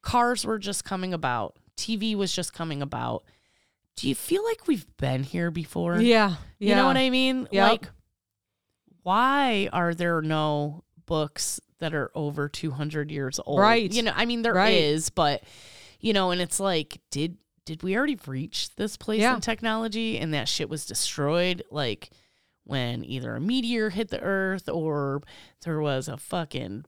cars were just coming about, TV was just coming about. Do you feel like we've been here before?
yeah,
You know what I mean?
Yep.
Like, why are there no books that are over 200 years old?
Right.
You know, I mean, there is,
Right.
but, you know, and it's like, did. Did we already reach this place
Yeah.
in technology and that shit was destroyed? Like, when either a meteor hit the earth or there was a fucking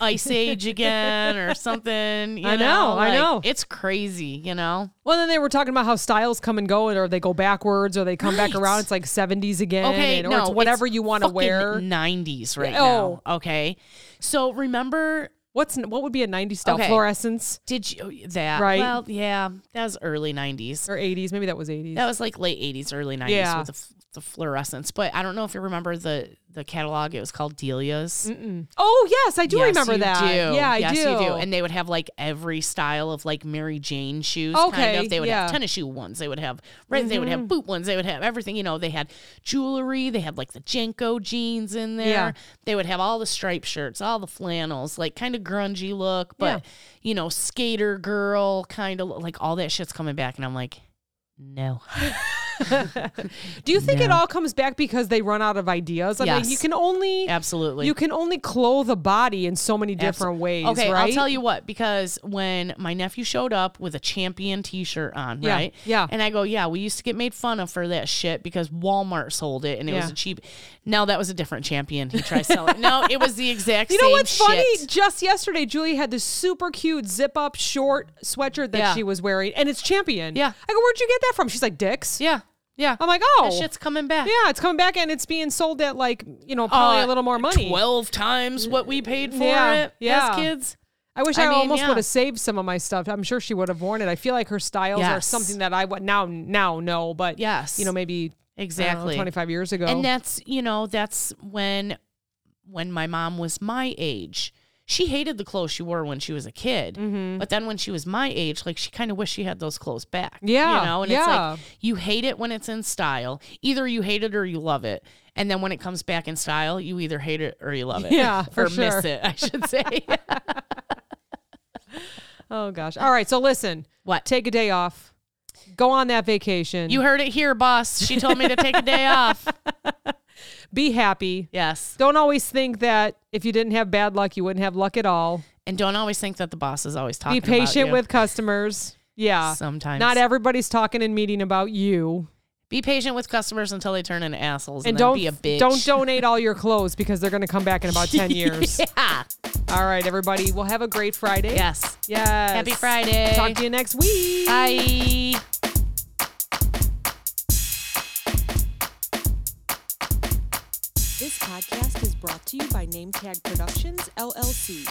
ice age again or something. you
I know, I
Like,
know.
It's crazy, you know?
Well, then they were talking about how styles come and go, or they go backwards, or they come back
Right.
around. It's like seventies again,
Okay,
and, or
no,
it's whatever
it's
you want to
fucking
wear.
90s right
Oh.
now. Okay. So remember
What's what would be a '90s style?
Okay.
Fluorescence
did you oh, that
Right.
well yeah that was early 90s
or '80s? Maybe that was '80s.
that was like late 80s early 90s
Yeah.
with the, f- the fluorescence but i don't know if you remember the the catalog it was called delia's
Mm-mm. Oh yes, I do
Yes,
remember
you
that.
do.
Yeah, I
yes,
do.
You do. And they would have like every style of like Mary Jane shoes. kind
Okay,
of. They would
yeah. Mm-hmm.
have tennis shoe ones. They would have right. They would have boot ones. They would have everything. You know, they had jewelry. They had like the Jenko jeans in there.
Yeah.
They would have all the striped shirts, all the flannels, like kind of grungy look, but you know, skater girl kind of like all that shit's coming back. And I'm like, no.
do you think it all comes back because they run out of ideas? I
Yes.
mean, you can only
Absolutely.
you can only clothe a body in so many different ways.
Okay,
right?
I'll tell you what, because when my nephew showed up with a champion t shirt on,
Yeah,
right?
yeah.
And I go, yeah, we used to get made fun of for that shit because Walmart sold it and it was
Yeah.
a cheap. No, that was a different champion. He tried selling. no, it was the exact
You
same
know what's
shit.
funny? Just yesterday, Julie had this super cute zip up short sweatshirt that
Yeah.
she was wearing, and it's Champion.
Yeah.
I go, where'd you get that from? She's like, Dick's.
Yeah, yeah.
I'm like, oh.
that shit's coming back.
yeah, it's coming back and it's being sold at like, you know, probably
Uh,
a little more money.
Twelve times what we paid for
Yeah,
it
yeah.
as kids.
I wish I,
I mean,
almost
yeah.
would have saved some of my stuff. I'm sure she would have worn it. I feel like her styles are
Yes.
something that I would now, now know, but
Yes.
you know, maybe I don't know,
Exactly.
25 years ago.
And that's, you know, that's when when my mom was my age. She hated the clothes she wore when she was a kid.
Mm-hmm.
But then when she was my age, like she kind of wished she had those clothes back.
Yeah,
You know, and
yeah.
it's like you hate it when it's in style. Either you hate it or you love it. And then when it comes back in style, you either hate it or you love it.
Yeah, for
or
sure.
miss it, I should say.
oh gosh. All right. So listen,
what?
take a day off, go on that vacation.
you heard it here, boss. She told me to take a day off.
be happy.
Yes.
Don't always think that if you didn't have bad luck, you wouldn't have luck at all.
And don't always think that the boss is always talking
Be
about you.
patient with customers. Yeah.
sometimes.
Not everybody's talking and meeting about you.
Be patient with customers until they turn into assholes, and,
And
then
don't
be a bitch.
don't donate all your clothes because they're going to come back in about 10 years.
yeah.
All right, everybody. Well, have a great Friday.
Yes.
Yes.
Happy Friday.
Talk to you next week.
Bye.
This podcast is brought to you by NameTag Productions, LLC.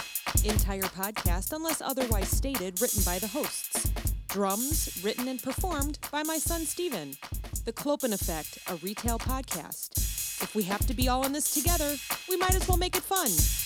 Entire podcast, unless otherwise stated, written by the hosts. Drums, written and performed by my son Steven. The Clopen Effect, a retail podcast. If we have to be all in this together, we might as well make it fun.